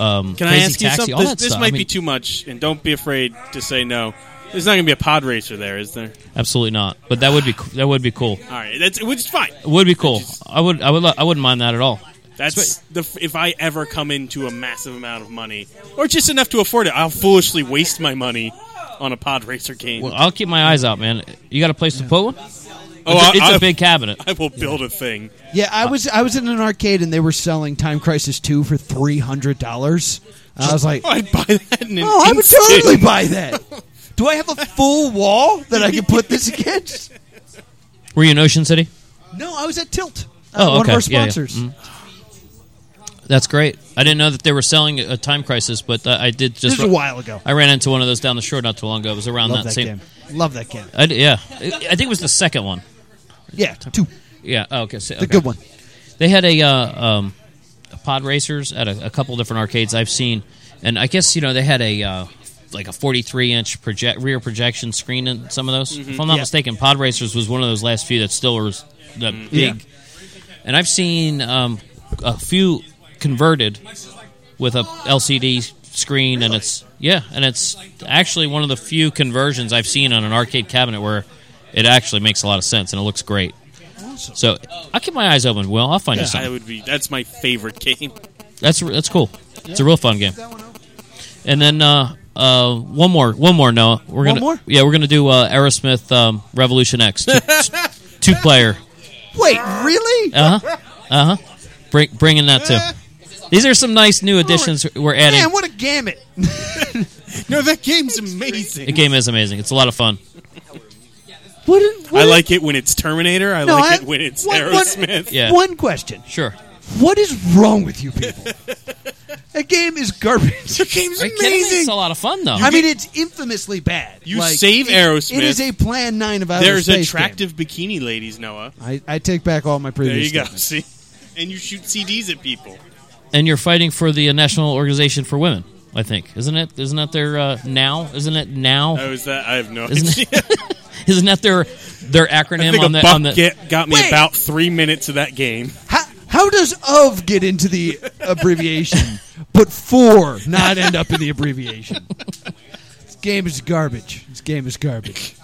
S4: um,
S3: Can
S4: Crazy
S3: I ask you
S4: Taxi,
S3: something?
S4: all
S3: This,
S4: that
S3: this
S4: stuff.
S3: might
S4: I mean,
S3: be too much, and don't be afraid to say no. There's not going to be a pod racer there, is there?
S4: absolutely not. But that would be c- that would be cool.
S3: All right, that's which is fine.
S4: It would be cool. I would I would lo- I wouldn't mind that at all.
S3: That's the f- if I ever come into a massive amount of money, or just enough to afford it, I'll foolishly waste my money on a pod racer game.
S4: Well, I'll keep my eyes out, man. You got a place to put one?
S3: oh,
S4: it's, a- it's
S3: I,
S4: a
S3: I-
S4: big cabinet.
S3: I will build a thing.
S2: Yeah, I was I was in an arcade and they were selling Time Crisis Two for three hundred dollars. I was like,
S3: Oh, I'd buy that. In an
S2: Oh, I would
S3: instant.
S2: totally buy that. Do I have a full wall that I can put this against?
S4: Were you in Ocean City?
S2: No, I was at Tilt. Uh,
S4: Oh,
S2: one
S4: okay.
S2: of our
S4: Yeah, yeah.
S2: sponsors.
S4: Mm. That's great. I didn't know that they were selling a Time Crisis, but uh, I did
S2: This
S4: just
S2: was a while ago.
S4: I ran into one of those down the shore not too long ago. It was around
S2: Love
S4: that
S2: that
S4: same.
S2: game. Love that game.
S4: I d yeah, I I think it was the second one.
S2: Yeah, two.
S4: Yeah. Oh, okay. so-
S2: The
S4: okay.
S2: good one.
S4: They had a, uh, um, a pod racers at a, a couple different arcades I've seen, and I guess you know they had a uh, like a forty-three inch project, rear projection screen in some of those. If I'm not
S2: Yeah.
S4: mistaken, pod racers was one of those last few that still was the big. And I've seen um, a few converted with a LCD screen, and it's yeah, and it's actually one of the few conversions I've seen on an arcade cabinet where it actually makes a lot of sense and it looks great. So I'll keep my eyes open. Will I'll find you
S3: I
S4: something.
S3: would be. That's my favorite game.
S4: That's that's cool. It's a real fun game. And then uh, uh, one more, one more. Noah, we're gonna
S2: more?
S4: yeah, we're gonna do uh, Aerosmith um, Revolution X two, two player.
S2: Wait, really? Uh,
S4: Uh huh. Uh huh. Bring bringing
S3: Uh,
S4: that too. These are some nice new additions we're adding.
S2: Man, what a gamut!
S3: No, that game's amazing.
S4: The game is amazing. It's a lot of fun.
S2: What? a- what
S3: I
S2: a-
S3: like it when it's Terminator. I
S2: No,
S3: like
S2: I-
S3: it when it's
S2: what- what-
S3: Aerosmith.
S4: Yeah.
S2: One question:
S4: Sure.
S2: What is wrong with you people? that game is garbage.
S3: game's
S4: Are you kidding me? It's a lot of fun though.
S2: I mean, it's infamously bad.
S3: You
S2: Like,
S3: save
S2: it-
S3: Aerosmith.
S2: It is a Plan Nine of outer
S3: There's
S2: space
S3: attractive bikini ladies, Noah.
S2: game. I, I take back all my previous.
S3: There you go.
S2: statements.
S3: See, and you shoot CDs at people.
S4: and you're fighting for the National Organization for Women. I think isn't it? Isn't that their uh, now? Isn't it now?
S3: Oh, is that? I have no
S4: Isn't
S3: idea.
S4: Isn't that their their
S3: I
S4: acronym
S3: think
S4: on
S3: a
S4: the
S3: buck
S4: on the?
S3: get, got me
S2: Wait.
S3: about three minutes of that game.
S2: How, how does of get into the abbreviation, but for not end up in the abbreviation? This game is garbage. This game is garbage.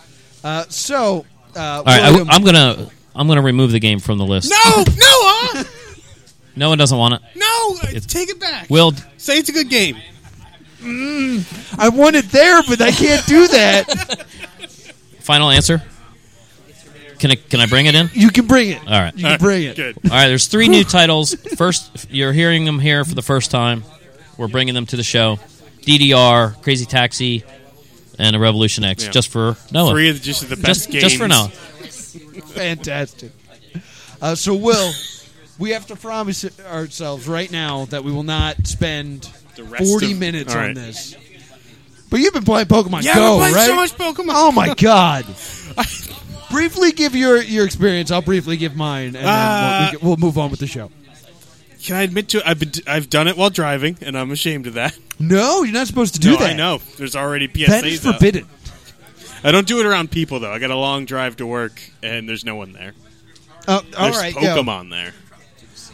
S2: Uh, so, uh,
S4: All right, I,
S2: William-
S4: am gonna I'm gonna remove the game from the list.
S3: No, Noah,
S4: no one doesn't want it.
S3: no, Uh, take it back.
S4: Will,
S3: Say it's a good game.
S2: I want it there, but I can't do that.
S4: final answer. Can I can I bring it in?
S2: You can bring it.
S4: All right.
S2: You can bring it.
S3: Good.
S4: All right, there's three new titles. First, you're hearing them here for the first time. We're bringing them to the show. DDR, Crazy Taxi, and a Revolution X,
S3: Yeah.
S4: just for Noah.
S3: Three of the, just the best
S4: just,
S3: games.
S4: just for Noah.
S2: Fantastic. Uh, so, Will, we have to promise ourselves right now that we will not spend
S3: The rest
S2: 40
S3: of-
S2: minutes
S3: all
S2: on
S3: right.
S2: this. But you've been playing Pokemon
S3: Yeah,
S2: Go,
S3: we played
S2: right?
S3: so much Pokemon.
S2: Oh my god! briefly give your your experience. I'll briefly give mine, and then
S3: Uh,
S2: we'll, we can- we'll move on with the show.
S3: Can I admit to it? I've, been, I've done it while driving, and I'm ashamed of that.
S2: No, you're not supposed to do
S3: no,
S2: that.
S3: I know. There's already PSAs.
S2: That is
S3: out.
S2: forbidden.
S3: I don't do it around people though. I got a long drive to work, and there's no one there.
S2: Oh, all
S3: There's
S2: right. go.
S3: Pokemon there.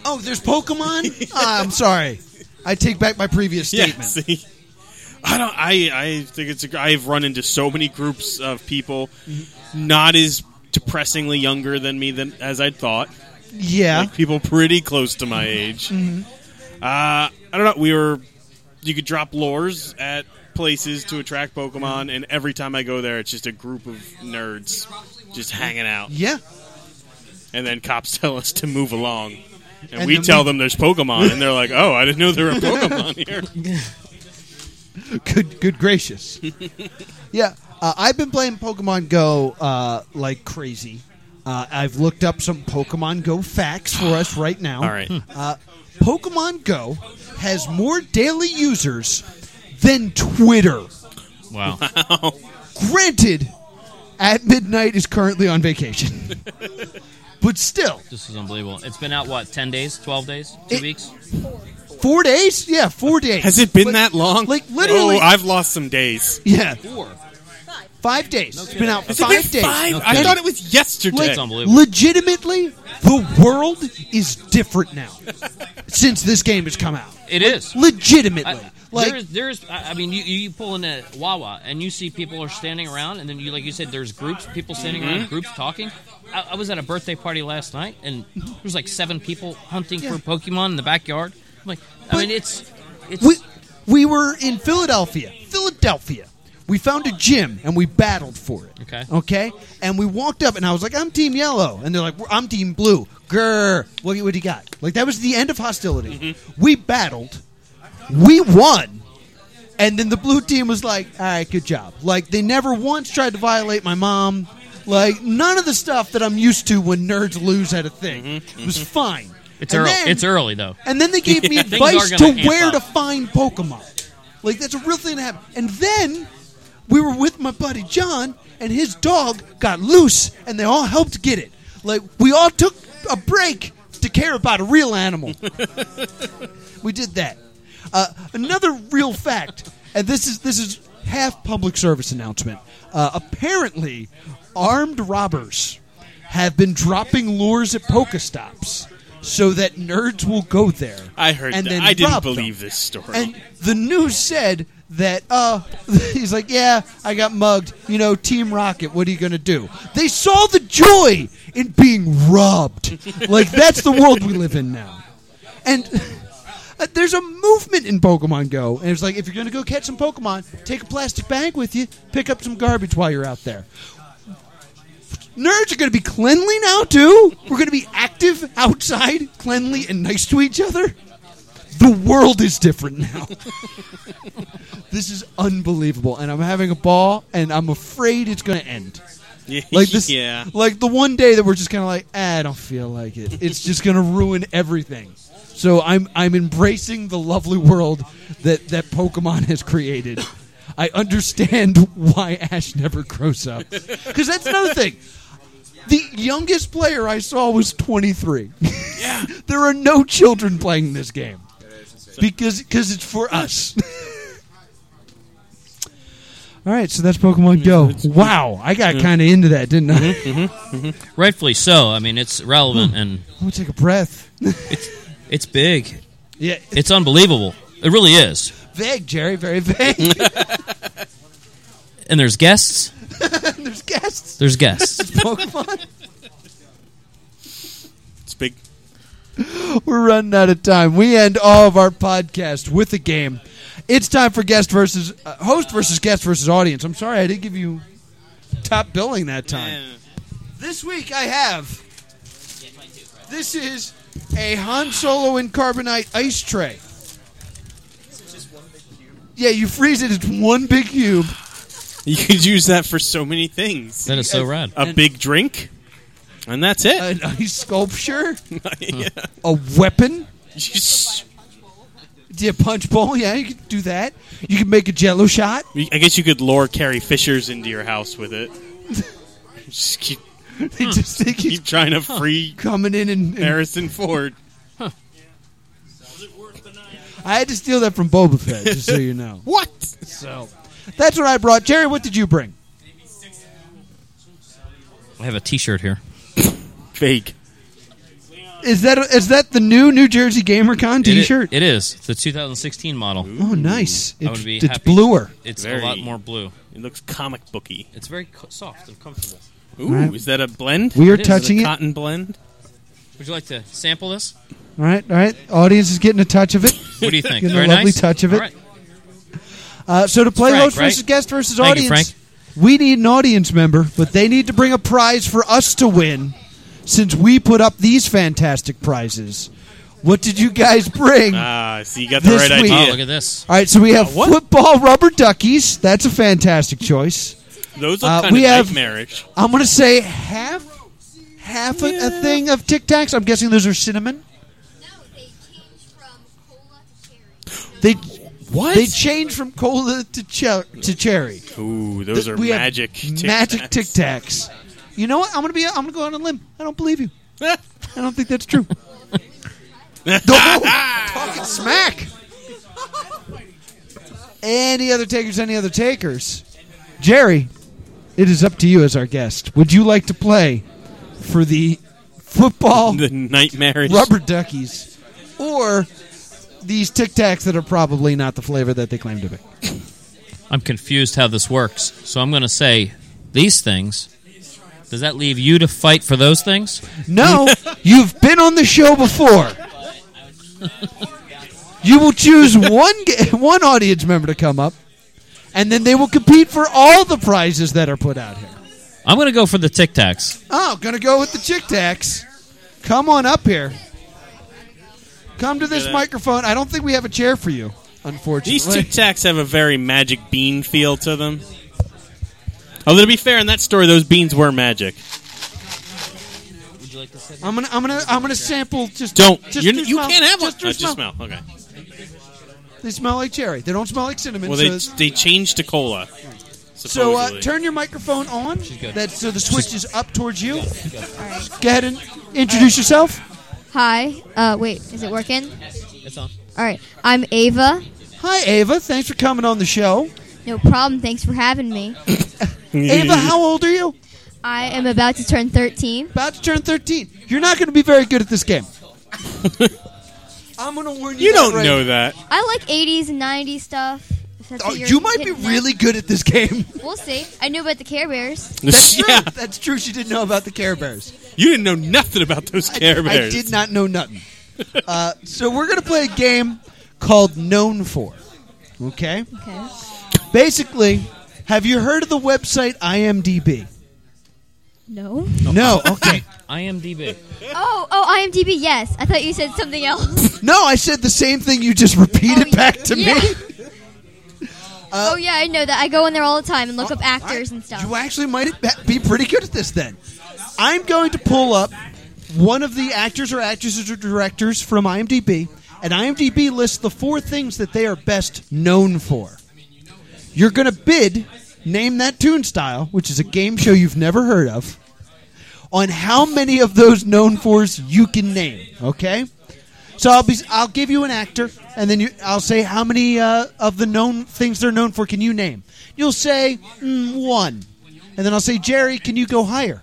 S2: Oh, there's Pokemon. Ah, I'm sorry. I take back my previous
S3: Yeah,
S2: statement.
S3: see, I don't. I I think it's. A, I've run into so many groups of people, not as depressingly younger than me than as I'd thought.
S2: Yeah. Mm-hmm.
S3: Like people pretty close to my age. Uh, I don't know. We were. You could drop lures at places to attract
S2: Mm-hmm.
S3: Pokemon, and every time I go there, it's just a group of nerds just hanging out,
S2: yeah.
S3: and then cops tell us to move along. And,
S2: And
S3: we
S2: then
S3: tell
S2: we-
S3: them there's Pokemon, and they're like, "Oh, I didn't know there were Pokemon here."
S2: Good. Good gracious. yeah. Uh, I've been playing Pokemon Go uh, like crazy. Uh, I've looked up some Pokemon Go facts for us right now.
S3: All right.
S2: Uh, Pokemon Go has more daily users than Twitter.
S4: Wow.
S2: Granted, at midnight is currently on vacation. but still,
S4: This is unbelievable. It's been out, what, 10 days, 12 days, two
S2: It-
S4: weeks?
S2: four days? Yeah, four days.
S3: Has it been
S2: Like-
S3: that long?
S2: Like literally.
S3: Oh, I've lost some days.
S2: yeah. Five days. It's been out
S3: Has it
S2: five
S3: been
S2: days.
S3: five?
S4: No
S3: I
S4: kidding.
S3: thought it was yesterday.
S4: It's unbelievable.
S2: Legitimately, the world is different now since this game has come out.
S4: It is.
S2: Legitimately.
S4: I-
S2: like
S4: there is, there is. I I mean, you, you pull in a Wawa and you see people are standing around, and then you, like you said, there's groups, people standing around,
S2: Mm-hmm.
S4: groups talking. I, I was at a birthday party last night, and there was like seven people hunting
S2: Yeah.
S4: for Pokemon in the backyard. I'm like, I
S2: But-
S4: mean, it's, it's.
S2: We we were in Philadelphia. Philadelphia. We found a gym and we battled for it.
S4: Okay.
S2: Okay. And we walked up and I was like, "I'm Team Yellow," and they're like, "I'm Team Blue." Grr. What do you- what do you got? Like that was the end of hostility.
S4: Mm-hmm.
S2: We battled. We won. And then the blue team was like, "All right, good job." Like they never once tried to violate my mom. Like none of the stuff that I'm used to when nerds lose at a thing it was fine.
S4: Mm-hmm. it's
S2: And
S4: early.
S2: then-
S4: it's early though.
S2: and then they gave me
S4: Yeah, things are
S2: advice to
S4: gonna amp
S2: where
S4: up.
S2: to find Pokemon. Like that's a real thing that happened. And then we were with my buddy John, and his dog got loose, and they all helped get it. Like we all took a break to care about a real animal. we did that. Uh, another real fact, and this is this is half public service announcement. Uh, apparently, armed robbers have been dropping lures at Pokestops so that nerds will go there.
S3: I heard
S2: and
S3: that.
S2: then
S3: I didn't
S2: rob them.
S3: believe this story.
S2: And the news said that, uh, he's like, yeah, I got mugged. You know, Team Rocket, what are you going to do? They saw the joy in being robbed. like, that's the world we live in now. And uh, there's a movement in Pokemon Go. And it's like, if you're going to go catch some Pokemon, take a plastic bag with you, pick up some garbage while you're out there. Nerds are going to be cleanly now, too. We're going to be active outside, cleanly, and nice to each other. The world is different now. this is unbelievable, and I'm having a ball, and I'm afraid it's going to end.
S3: yeah,
S2: Like this,
S3: yeah.
S2: Like the one day that we're just kind of like, "Ah, I don't feel like it. It's just going to ruin everything. So I'm I'm embracing the lovely world that that Pokemon has created. I understand why Ash never grows up because that's another thing. The youngest player I saw was 23. Yeah, there are no children playing this game because because it's for us. All right, so that's Pokemon Go. Wow, I got kind of into that, didn't I?
S4: Rightfully so. I mean, it's
S2: Hmm.
S4: relevant and
S2: I'm gonna take a breath.
S4: it's big.
S2: Yeah,
S4: It's unbelievable. It really is.
S2: vague, Jerry. Very vague.
S4: And there's guests.
S2: There's guests.
S4: There's guests.
S2: Pokemon.
S3: It's big.
S2: We're running out of time. We end all of our podcasts with a game. It's time for guest versus uh, host versus guest versus audience. I'm sorry I didn't give you top billing that time. This week I have. This is a Han Solo and carbonite ice tray. Yeah, you freeze it. It's one big cube.
S3: You could use that for so many things.
S4: that is so rad.
S3: a big drink, and that's it.
S2: an ice sculpture,
S3: yeah.
S2: a weapon.
S3: You s-
S2: Yeah, punch bowl. Yeah, you could do that. You could make a jello shot.
S3: I guess you could lure Carrie Fishers into your house with it. Just keep,
S2: They
S4: Hmm.
S2: just think he's
S3: keep trying to free
S2: coming in and, and-
S3: Harrison Ford.
S2: I had to steal that from Boba Fett, just so you know.
S3: What?
S2: So that's what I brought. Jerry, what did you bring?
S4: I have a T-shirt here.
S3: Fake.
S2: Is that is that the new New Jersey GamerCon
S4: It i-
S2: T-shirt?
S4: it is. It's the 2016 model.
S2: oh, nice.
S4: I
S2: It's,
S4: would be
S2: it's
S4: happy.
S2: bluer.
S4: It's
S3: Very-
S4: a lot more blue.
S3: It looks comic booky.
S4: It's very co- soft and comfortable.
S3: Ooh, is that a blend?
S2: We are
S4: It is.
S2: touching it. All
S3: Cotton blend.
S4: Would you like to sample this?
S2: right, all right. Audience is getting a touch of it.
S4: What do you think?
S2: Getting a
S4: Very
S2: lovely
S4: nice?
S2: touch of it.
S4: All right.
S2: Uh, so to play
S4: Frank,
S2: host versus
S4: right?
S2: guest versus
S4: Thank you,
S2: audience,
S4: Frank.
S2: we need an audience member, but they need to bring a prize for us to win. Since we put up these fantastic prizes, what did you guys bring? All
S3: Ah, so you got the
S2: This
S3: right
S2: week-
S4: Oh,
S3: idea.
S4: look at this.
S2: right, so we have
S3: Uh, what?
S2: football rubber duckies. That's a fantastic choice.
S3: Those look
S2: Uh,
S3: kind
S2: we
S3: of
S2: have-
S3: nightmarish.
S2: I'm going to say half, half a, a thing of Tic Tacs. I'm guessing those are cinnamon.
S6: No, they changed from cola to cherry.
S2: They
S3: What?
S2: they change from cola to cher- to cherry.
S3: Ooh, those are
S2: we have
S3: magic. Tic
S2: magic
S3: Tacs.
S2: Tic Tacs. You know what? I'm gonna be. I'm gonna go on a limb. I don't believe you. I don't think that's true. no, talking smack. Any other takers? Any other takers? Jerry, it is up to you as our guest. Would you like to play for the football
S3: the nightmarish.
S2: rubber duckies or these Tic Tacs that are probably not the flavor that they claim to be?
S4: I'm confused how this works. So I'm going to say these things. Does that leave you to fight for those things?
S2: No, you've been on the show before. You will choose one ga- one audience member to come up, and then they will compete for all the prizes that are put out here.
S4: I'm going to go for the Tic Tacs.
S2: Oh, gonna go with the Tic Tacs. Come on up here. Come to this
S3: Get out.
S2: microphone. I don't think we have a chair for you,
S3: These
S2: unfortunately.
S3: Tic Tacs have a very magic bean feel to them. Although to be fair, in that story, those beans were magic.
S2: I'm gonna, I'm gonna, I'm gonna sample. Just
S3: Don't
S2: just
S3: you're,
S2: their
S3: you
S2: smell.
S3: can't have one.
S2: Just their
S3: Oh, just
S2: smell.
S3: smell. Okay.
S2: They smell like cherry. They don't smell like cinnamon.
S3: Well,
S2: so
S3: they
S2: it's-
S3: they changed to cola.
S2: So uh,
S3: supposedly.
S2: turn your microphone on.
S4: good.
S2: That so the switch is up towards you. Go ahead and introduce yourself.
S6: Hi. Uh, wait, is it working?
S4: It's on.
S6: All right. I'm Ava.
S2: Hi, Ava. Thanks for coming on the show.
S6: No problem. Thanks for having me.
S2: Ava, how old are you?
S6: I am about to turn 13.
S2: About to turn 13. You're not going to be very good at this game. I'm gonna warn you.
S3: You
S2: that
S3: don't
S2: right
S3: know that.
S6: I like 80s and 90s stuff. if that's
S2: Oh,
S6: what you're
S2: you might be
S6: getting at.
S2: really good at this game.
S6: We'll see. I knew about the Care Bears.
S2: That's true.
S3: yeah,
S2: That's true. She didn't know about the Care Bears.
S3: you didn't know nothing about those Care
S2: I
S3: Bears.
S2: did not know nothing. Uh, so we're gonna play a game called Known For. Okay.
S6: Okay.
S2: Basically, have you heard of the website IMDb?
S6: No.
S2: No. Okay.
S4: IMDb.
S6: Oh, oh, IMDb. Yes. I thought you said something else.
S2: No, I said the same thing. You just repeated
S6: Oh,
S2: back to
S6: yeah.
S2: me.
S6: oh yeah, I know that. I go in there all the time and look up
S2: All right.
S6: actors and stuff.
S2: Oh, You actually might be pretty good at this then. I'm going to pull up one of the actors or actresses or directors from IMDb, and IMDb lists the four things that they are best known for. You're going to bid, name that tune style, which is a game show you've never heard of, on how many of those known fors you can name, okay? So I'll be I'll give you an actor, and then you I'll say how many uh, of the known things they're known for can you name? You'll say mm, one, and then I'll say Jerry, can you go higher?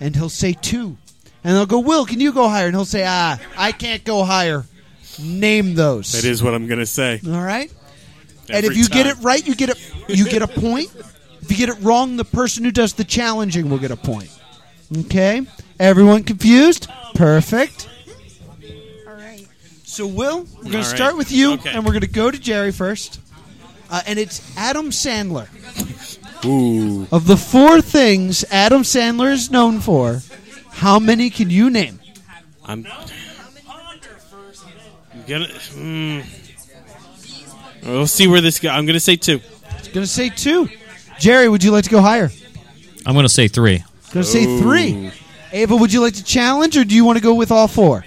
S2: And he'll say two, and I'll go Will, can you go higher? And he'll say Ah, I can't go higher. Name those.
S3: That is what I'm gonna say.
S2: all right. and if
S3: Every
S2: you get
S3: time.
S2: it right, you get a you get a point. If you get it wrong, the person who does the challenging will get a point. Okay, everyone confused? Perfect.
S5: All right.
S2: So, Will, we're going
S3: All
S2: to
S3: right.
S2: start with you,
S3: Okay.
S2: and we're going to go to Jerry first. Uh, and it's Adam Sandler.
S3: Ooh,
S2: Of the four things Adam Sandler is known for, how many can you name?
S3: I'm. I'm gonna. Hmm. We'll see where this goes. I'm gonna say two.
S2: Going to say two. Jerry, would you like to go higher?
S4: I'm going to say three.
S2: Going to say three. Ava, would you like to challenge, or do you want to go with all four?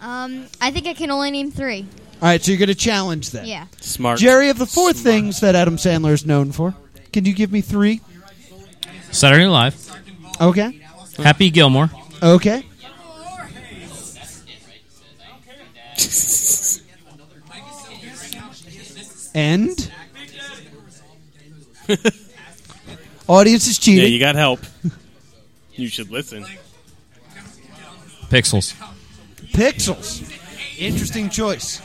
S6: Um, I think I can only name three.
S2: All right, so you're going to challenge then.
S6: Yeah.
S3: Smart.
S2: Jerry, of the four
S3: Smart.
S2: things that Adam Sandler is known for, can you give me three?
S4: Saturday Night Live.
S2: Okay.
S4: Happy Gilmore.
S2: Okay. And audience is
S3: Yeah,
S2: cheating.
S3: you got help. You should listen.
S4: Pixels.
S2: Pixels. Interesting choice.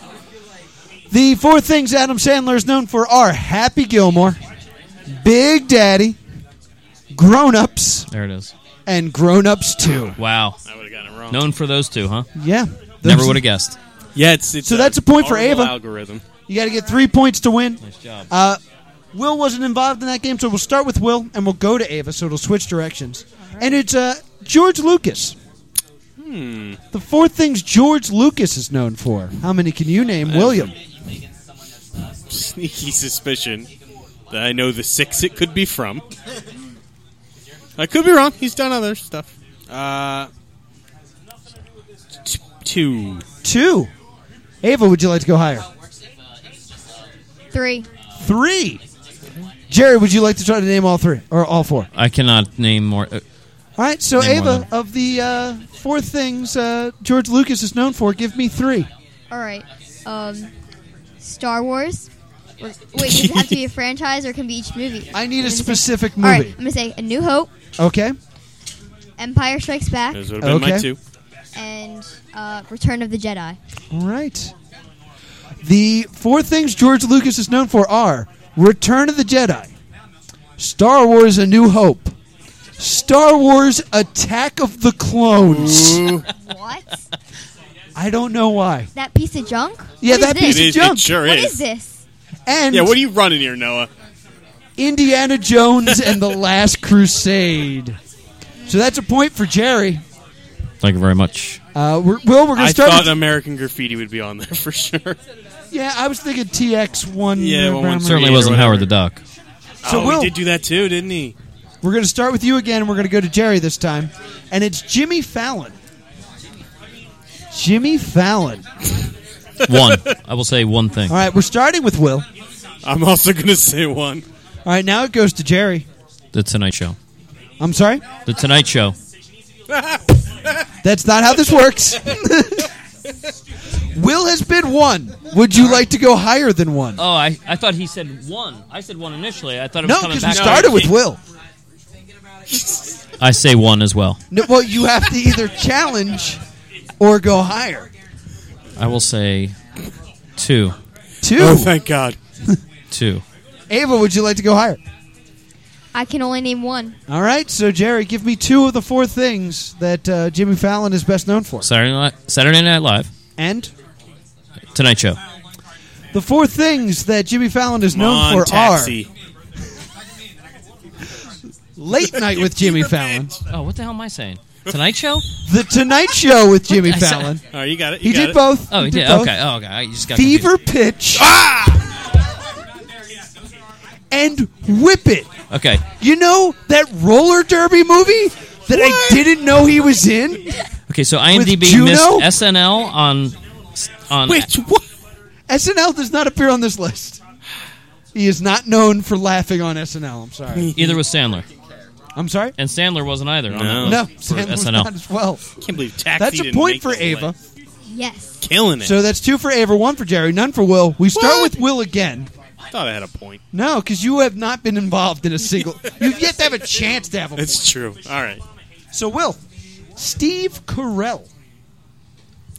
S2: The four things Adam Sandler is known for are Happy Gilmore, Big Daddy, Grown Ups,
S4: There it is.
S2: and Grown Ups 2.
S4: Wow.
S3: I would have gotten it wrong.
S4: Known for those two, huh?
S2: Yeah.
S4: Never would have guessed.
S3: Yeah, it's, it's
S2: So that's a point for
S3: horrible
S2: Ava.
S3: Algorithm.
S2: You got to get three points to win.
S4: Nice job.
S2: Uh, Will wasn't involved in that game, so we'll start with Will and we'll go to Ava, so it'll switch directions. And it's uh, George Lucas. Hmm. The four things George Lucas is known for. How many can you name, William?
S3: Sneaky suspicion that I know the six it could be from. I could be wrong. He's done other stuff. Uh, t- two.
S2: Two. Ava, would you like to go higher?
S6: Three.
S2: Three. Jerry, would you like to try to name all three or all four?
S4: I cannot name more. Uh,
S2: All right, so
S4: Name one of
S2: Ava, of the uh, four things uh, George Lucas is known for, give me three.
S6: All right. Um, Star Wars. Or- Wait, does it have to be a franchise or can be each movie?
S2: I need a specific
S6: All right.
S2: movie.
S6: I'm gonna say A New Hope,
S2: Okay.
S6: Empire Strikes Back,
S3: Those would have been my
S2: Okay.
S3: two.
S6: and uh, Return of the Jedi.
S2: All right. The four things George Lucas is known for are Return of the Jedi, Star Wars A New Hope, Star Wars Attack of the Clones.
S6: What?
S2: I don't know why.
S6: that piece of junk?
S2: Yeah,
S6: What is
S2: that
S6: this?
S2: piece
S3: It is.
S2: junk.
S3: It sure
S6: What
S3: is.
S6: is this?
S2: And
S3: Yeah, what are you running here, Noah?
S2: Indiana Jones and the Last Crusade. So that's a point for Jerry.
S4: Thank you very much.
S2: Uh, we're, Will, we're going
S3: I
S2: to start.
S3: thought
S2: with-
S3: American Graffiti would be on there for sure.
S2: yeah, I was thinking TX1.
S3: Yeah,
S2: uh,
S3: one- one-
S2: Brahma.
S4: Certainly
S3: or
S4: wasn't
S3: whatever.
S4: Howard the Duck.
S2: So
S3: oh,
S2: Will-
S3: he did do that too, didn't he?
S2: We're going to start with you again, and we're going to go to Jerry this time. And it's Jimmy Fallon. Jimmy Fallon.
S4: One. I will say one thing.
S2: All right, we're starting with Will. All
S3: I'm also gonna say one.
S2: right, now it goes to Jerry.
S4: The Tonight Show.
S2: I'm sorry?
S4: The Tonight Show.
S2: That's not how this works. Will has been one. Would you like to go higher than one?
S4: Oh, I, I thought he said one. I said one initially. I thought it was
S2: No,
S4: coming
S2: because we
S4: back.
S2: started with Will.
S4: I say one as well.
S2: No, well, you have to either challenge or go higher.
S4: I will say two,
S2: Two.
S3: Oh, thank God.
S4: two.
S2: Ava, would you like to go higher?
S6: I can only name one.
S2: All right, so Jerry, give me two of the four things that uh, Jimmy Fallon is best known for.
S4: Saturday Night, Saturday Night Live,
S2: And
S4: Tonight Show.
S2: the four things that Jimmy Fallon is
S3: Come
S2: known
S3: on,
S2: for
S3: taxi.
S2: are Late Night with Jimmy Fallon,
S4: Oh, what the hell am I saying? Tonight Show?
S2: The Tonight Show with Jimmy
S4: I said-
S2: Fallon.
S3: Oh, you got it. You
S2: He
S3: got
S2: did
S3: it.
S2: both.
S4: Oh,
S2: did
S4: yeah.
S2: both.
S4: Okay. Oh, okay. I just got
S2: Fever
S4: confused.
S2: Pitch.
S3: Ah!
S2: And Whip It.
S4: Okay.
S2: You know that roller derby movie that I didn't know he was in?
S4: Okay. So IMDb
S2: Juno?
S4: missed SNL on on
S3: Which what?
S2: SNL does not appear on this list. He is not known for laughing on SNL. I'm sorry.
S4: either with Sandler,
S2: I'm sorry.
S4: and Sandler wasn't either. on
S3: No.
S4: that
S2: No,
S4: list for
S2: Sandler's
S4: SNL.
S2: not as well.
S3: Can't believe taxi.
S2: That's a
S3: didn't
S2: point
S3: make
S2: for
S3: this
S2: Ava.
S3: list.
S6: Yes.
S3: Killing it.
S2: So that's two for Ava, one for Jerry, none for Will. We start
S3: What?
S2: with Will again.
S3: I thought I had a point.
S2: No, because you have not been involved in a single. You've yet to have a chance to have a
S3: It's true. All right.
S2: point. So Will, Steve Carell.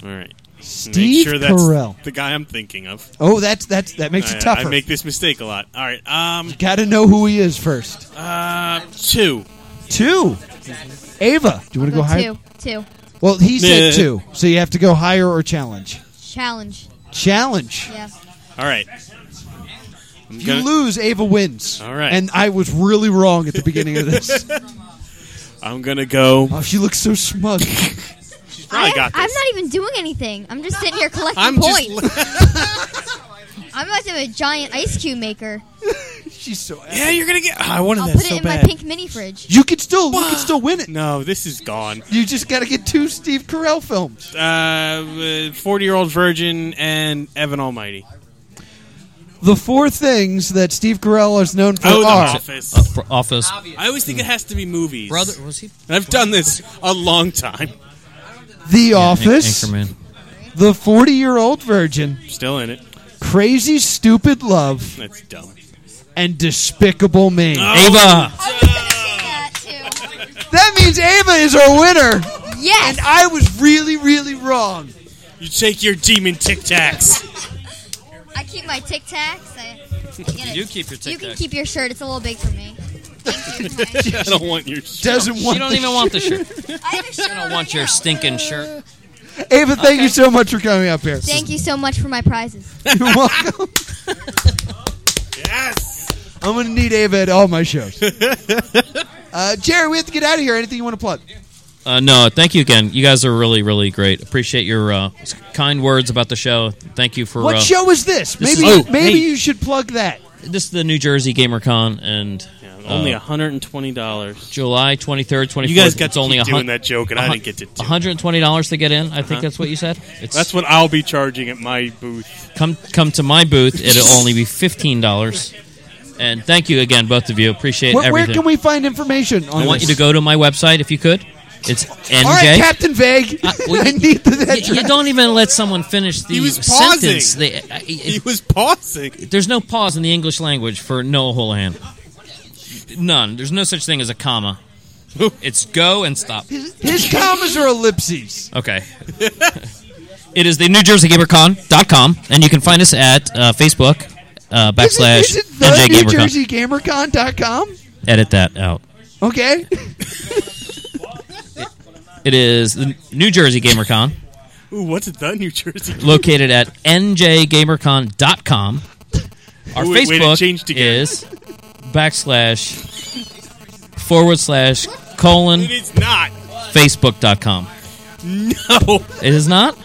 S3: All right.
S2: Steve
S3: Make sure that's
S2: Carell.
S3: the guy I'm thinking of.
S2: Oh, that's that's that makes
S3: I-
S2: it tougher.
S3: I make this mistake a lot. All right. Um.
S2: Got to know who he is first.
S3: Uh. Two.
S2: Two. Ava, do you want to go
S6: Go
S2: higher?
S6: two. Two.
S2: Well, he said
S3: Yeah.
S2: two, so you have to go higher or challenge.
S6: Challenge.
S2: Challenge.
S6: Yeah.
S3: All right. I'm
S2: If you
S3: gonna-
S2: lose, Ava wins.
S3: All right.
S2: And I was really wrong at the beginning of this.
S3: I'm gonna go.
S2: oh, she looks so smug.
S3: She's probably
S6: I
S3: got
S6: am
S3: this.
S6: not even doing anything. I'm just sitting here collecting
S3: I'm
S6: points.
S3: just.
S6: I'm about to have a giant ice cube maker.
S2: She's so.
S3: yeah, you're gonna get. oh, I wanted
S6: I'll
S3: that
S6: put it
S3: so
S6: in
S3: bad.
S6: my pink mini fridge.
S2: You can still you can still win it.
S3: No, this is gone.
S2: You just got to get two Steve Carell films.
S3: Uh, forty-year-old virgin and Evan Almighty.
S2: The four things that Steve Carell is known for
S3: Oh, The
S2: are
S3: Office.
S4: Uh, for Office.
S3: I always think it has to be movies.
S4: Brother, was he?
S3: I've done this a long time.
S2: The Office,
S4: Anchorman.
S2: The Forty Year Old Virgin,
S3: Still in it.
S2: Crazy Stupid Love,
S3: That's dumb.
S2: and Despicable Me.
S4: Ah. Ava.
S2: That means Ava is our winner,
S6: Yes.
S2: and I was really, really wrong.
S3: You take your demon tic tacs.
S6: I keep my Tic Tacs. I, I get it.
S4: You keep your
S6: You can
S4: Tic Tacs.
S6: keep your shirt. It's a little big for me. Thank you.
S3: I don't want your. shit.
S2: Doesn't want
S4: You don't
S2: the
S4: even want the shirt.
S6: I have a shirt
S4: I
S6: on
S4: don't
S6: right
S4: want your
S6: now.
S4: stinking shirt.
S2: Ava, thank you so much for coming up here.
S6: Thank you so much for my prizes.
S2: You're welcome.
S3: Yes.
S2: I'm going to need Ava at all my shows. Uh, Jerry, we have to get out of here. Anything you want to plug?
S4: Uh, no, thank you again. You guys are really, really great. Appreciate your uh, kind words about the show. Thank you for
S2: What
S4: uh,
S2: show is this?
S4: this
S2: maybe
S4: is- oh,
S2: maybe
S4: hey.
S2: you should plug that.
S4: This is the New Jersey GamerCon, and
S3: Only
S4: uh,
S3: hundred and twenty dollars.
S4: July twenty third, twenty
S3: You
S4: fourth.
S3: guys got to
S4: only
S3: keep
S4: a
S3: doing
S4: hun-
S3: that joke, and I didn't get to. Do.
S4: one
S3: it. Uh-huh.
S4: hundred and twenty dollars to get in. I think that's what you said. It's,
S3: That's what I'll be charging at my booth.
S4: come come to my booth. It'll only be fifteen dollars. And thank you again, both of you. Appreciate
S2: Where, where
S4: everything.
S2: can we find information on
S4: I want you
S2: this?
S4: to go to my website if you could. It's NJ.
S2: All right, Captain Vague.
S4: Uh, well,
S2: I
S4: you-
S2: need the
S4: Y- you, don't even let someone finish the
S3: He was pausing.
S4: sentence. They- I-
S3: He
S4: I-
S3: was pausing.
S4: there's no pause in the English language for Noah Holahan. None. There's no such thing as a comma. It's go and stop.
S2: His commas are ellipses.
S4: Okay. it is the New Jersey GamerCon.com, and you can find us at uh, Facebook
S2: Is
S4: uh,
S2: it-
S4: backslash
S2: is it the
S4: NJ
S2: New
S4: GamerCon.
S2: Jersey GamerCon.com?
S4: Edit that out.
S2: Okay.
S4: It is the New Jersey GamerCon,
S3: Ooh, what's it done, New Jersey?
S4: located at njgamercon.com. Our
S3: Ooh, wait, wait, it
S4: Facebook
S3: changed again.
S4: is backslash forward slash colon
S3: It is not.
S4: facebook.com.
S3: No,
S4: It is not?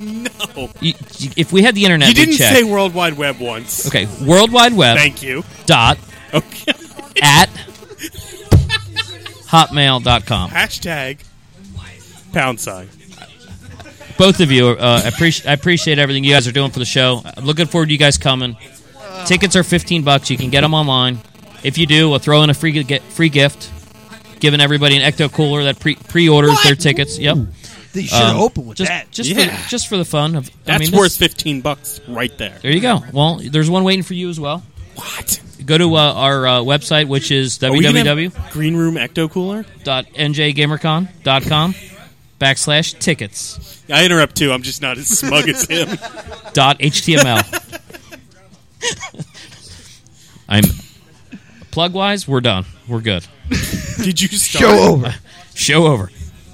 S3: no.
S4: You, you- if we had the internet,
S3: You
S4: we'd
S3: didn't
S4: check.
S3: say World Wide Web once.
S4: Okay, World Wide Web
S3: Thank you.
S4: dot
S3: Okay.
S4: at hotmail.com.
S3: Hashtag pound sign.
S4: Both of you, uh, I appreciate I appreciate everything you guys are doing for the show. I'm looking forward to you guys coming. Tickets are 15 bucks. You can get them online. If you do, we'll throw in a free gi- get, free gift, giving everybody an ecto cooler that pre pre orders their tickets. Yep.
S2: They should
S4: Um,
S2: open with
S4: just
S2: that.
S4: just
S3: Yeah.
S4: for, just for the fun of I
S3: That's
S4: mean, this-
S3: worth fifteen bucks right there.
S4: There you go. Well, there's one waiting for you as well.
S3: What?
S4: Go to uh, our uh, website, which is
S3: Are we gonna
S4: www.
S3: have Green Room Ecto Cooler.
S4: www.njgamercon.com. backslash tickets
S3: I interrupt too. I'm just not as smug as him.
S4: dot html. I'm plug wise. We're done. We're good.
S3: Did you start?
S2: Show over.
S4: Show over.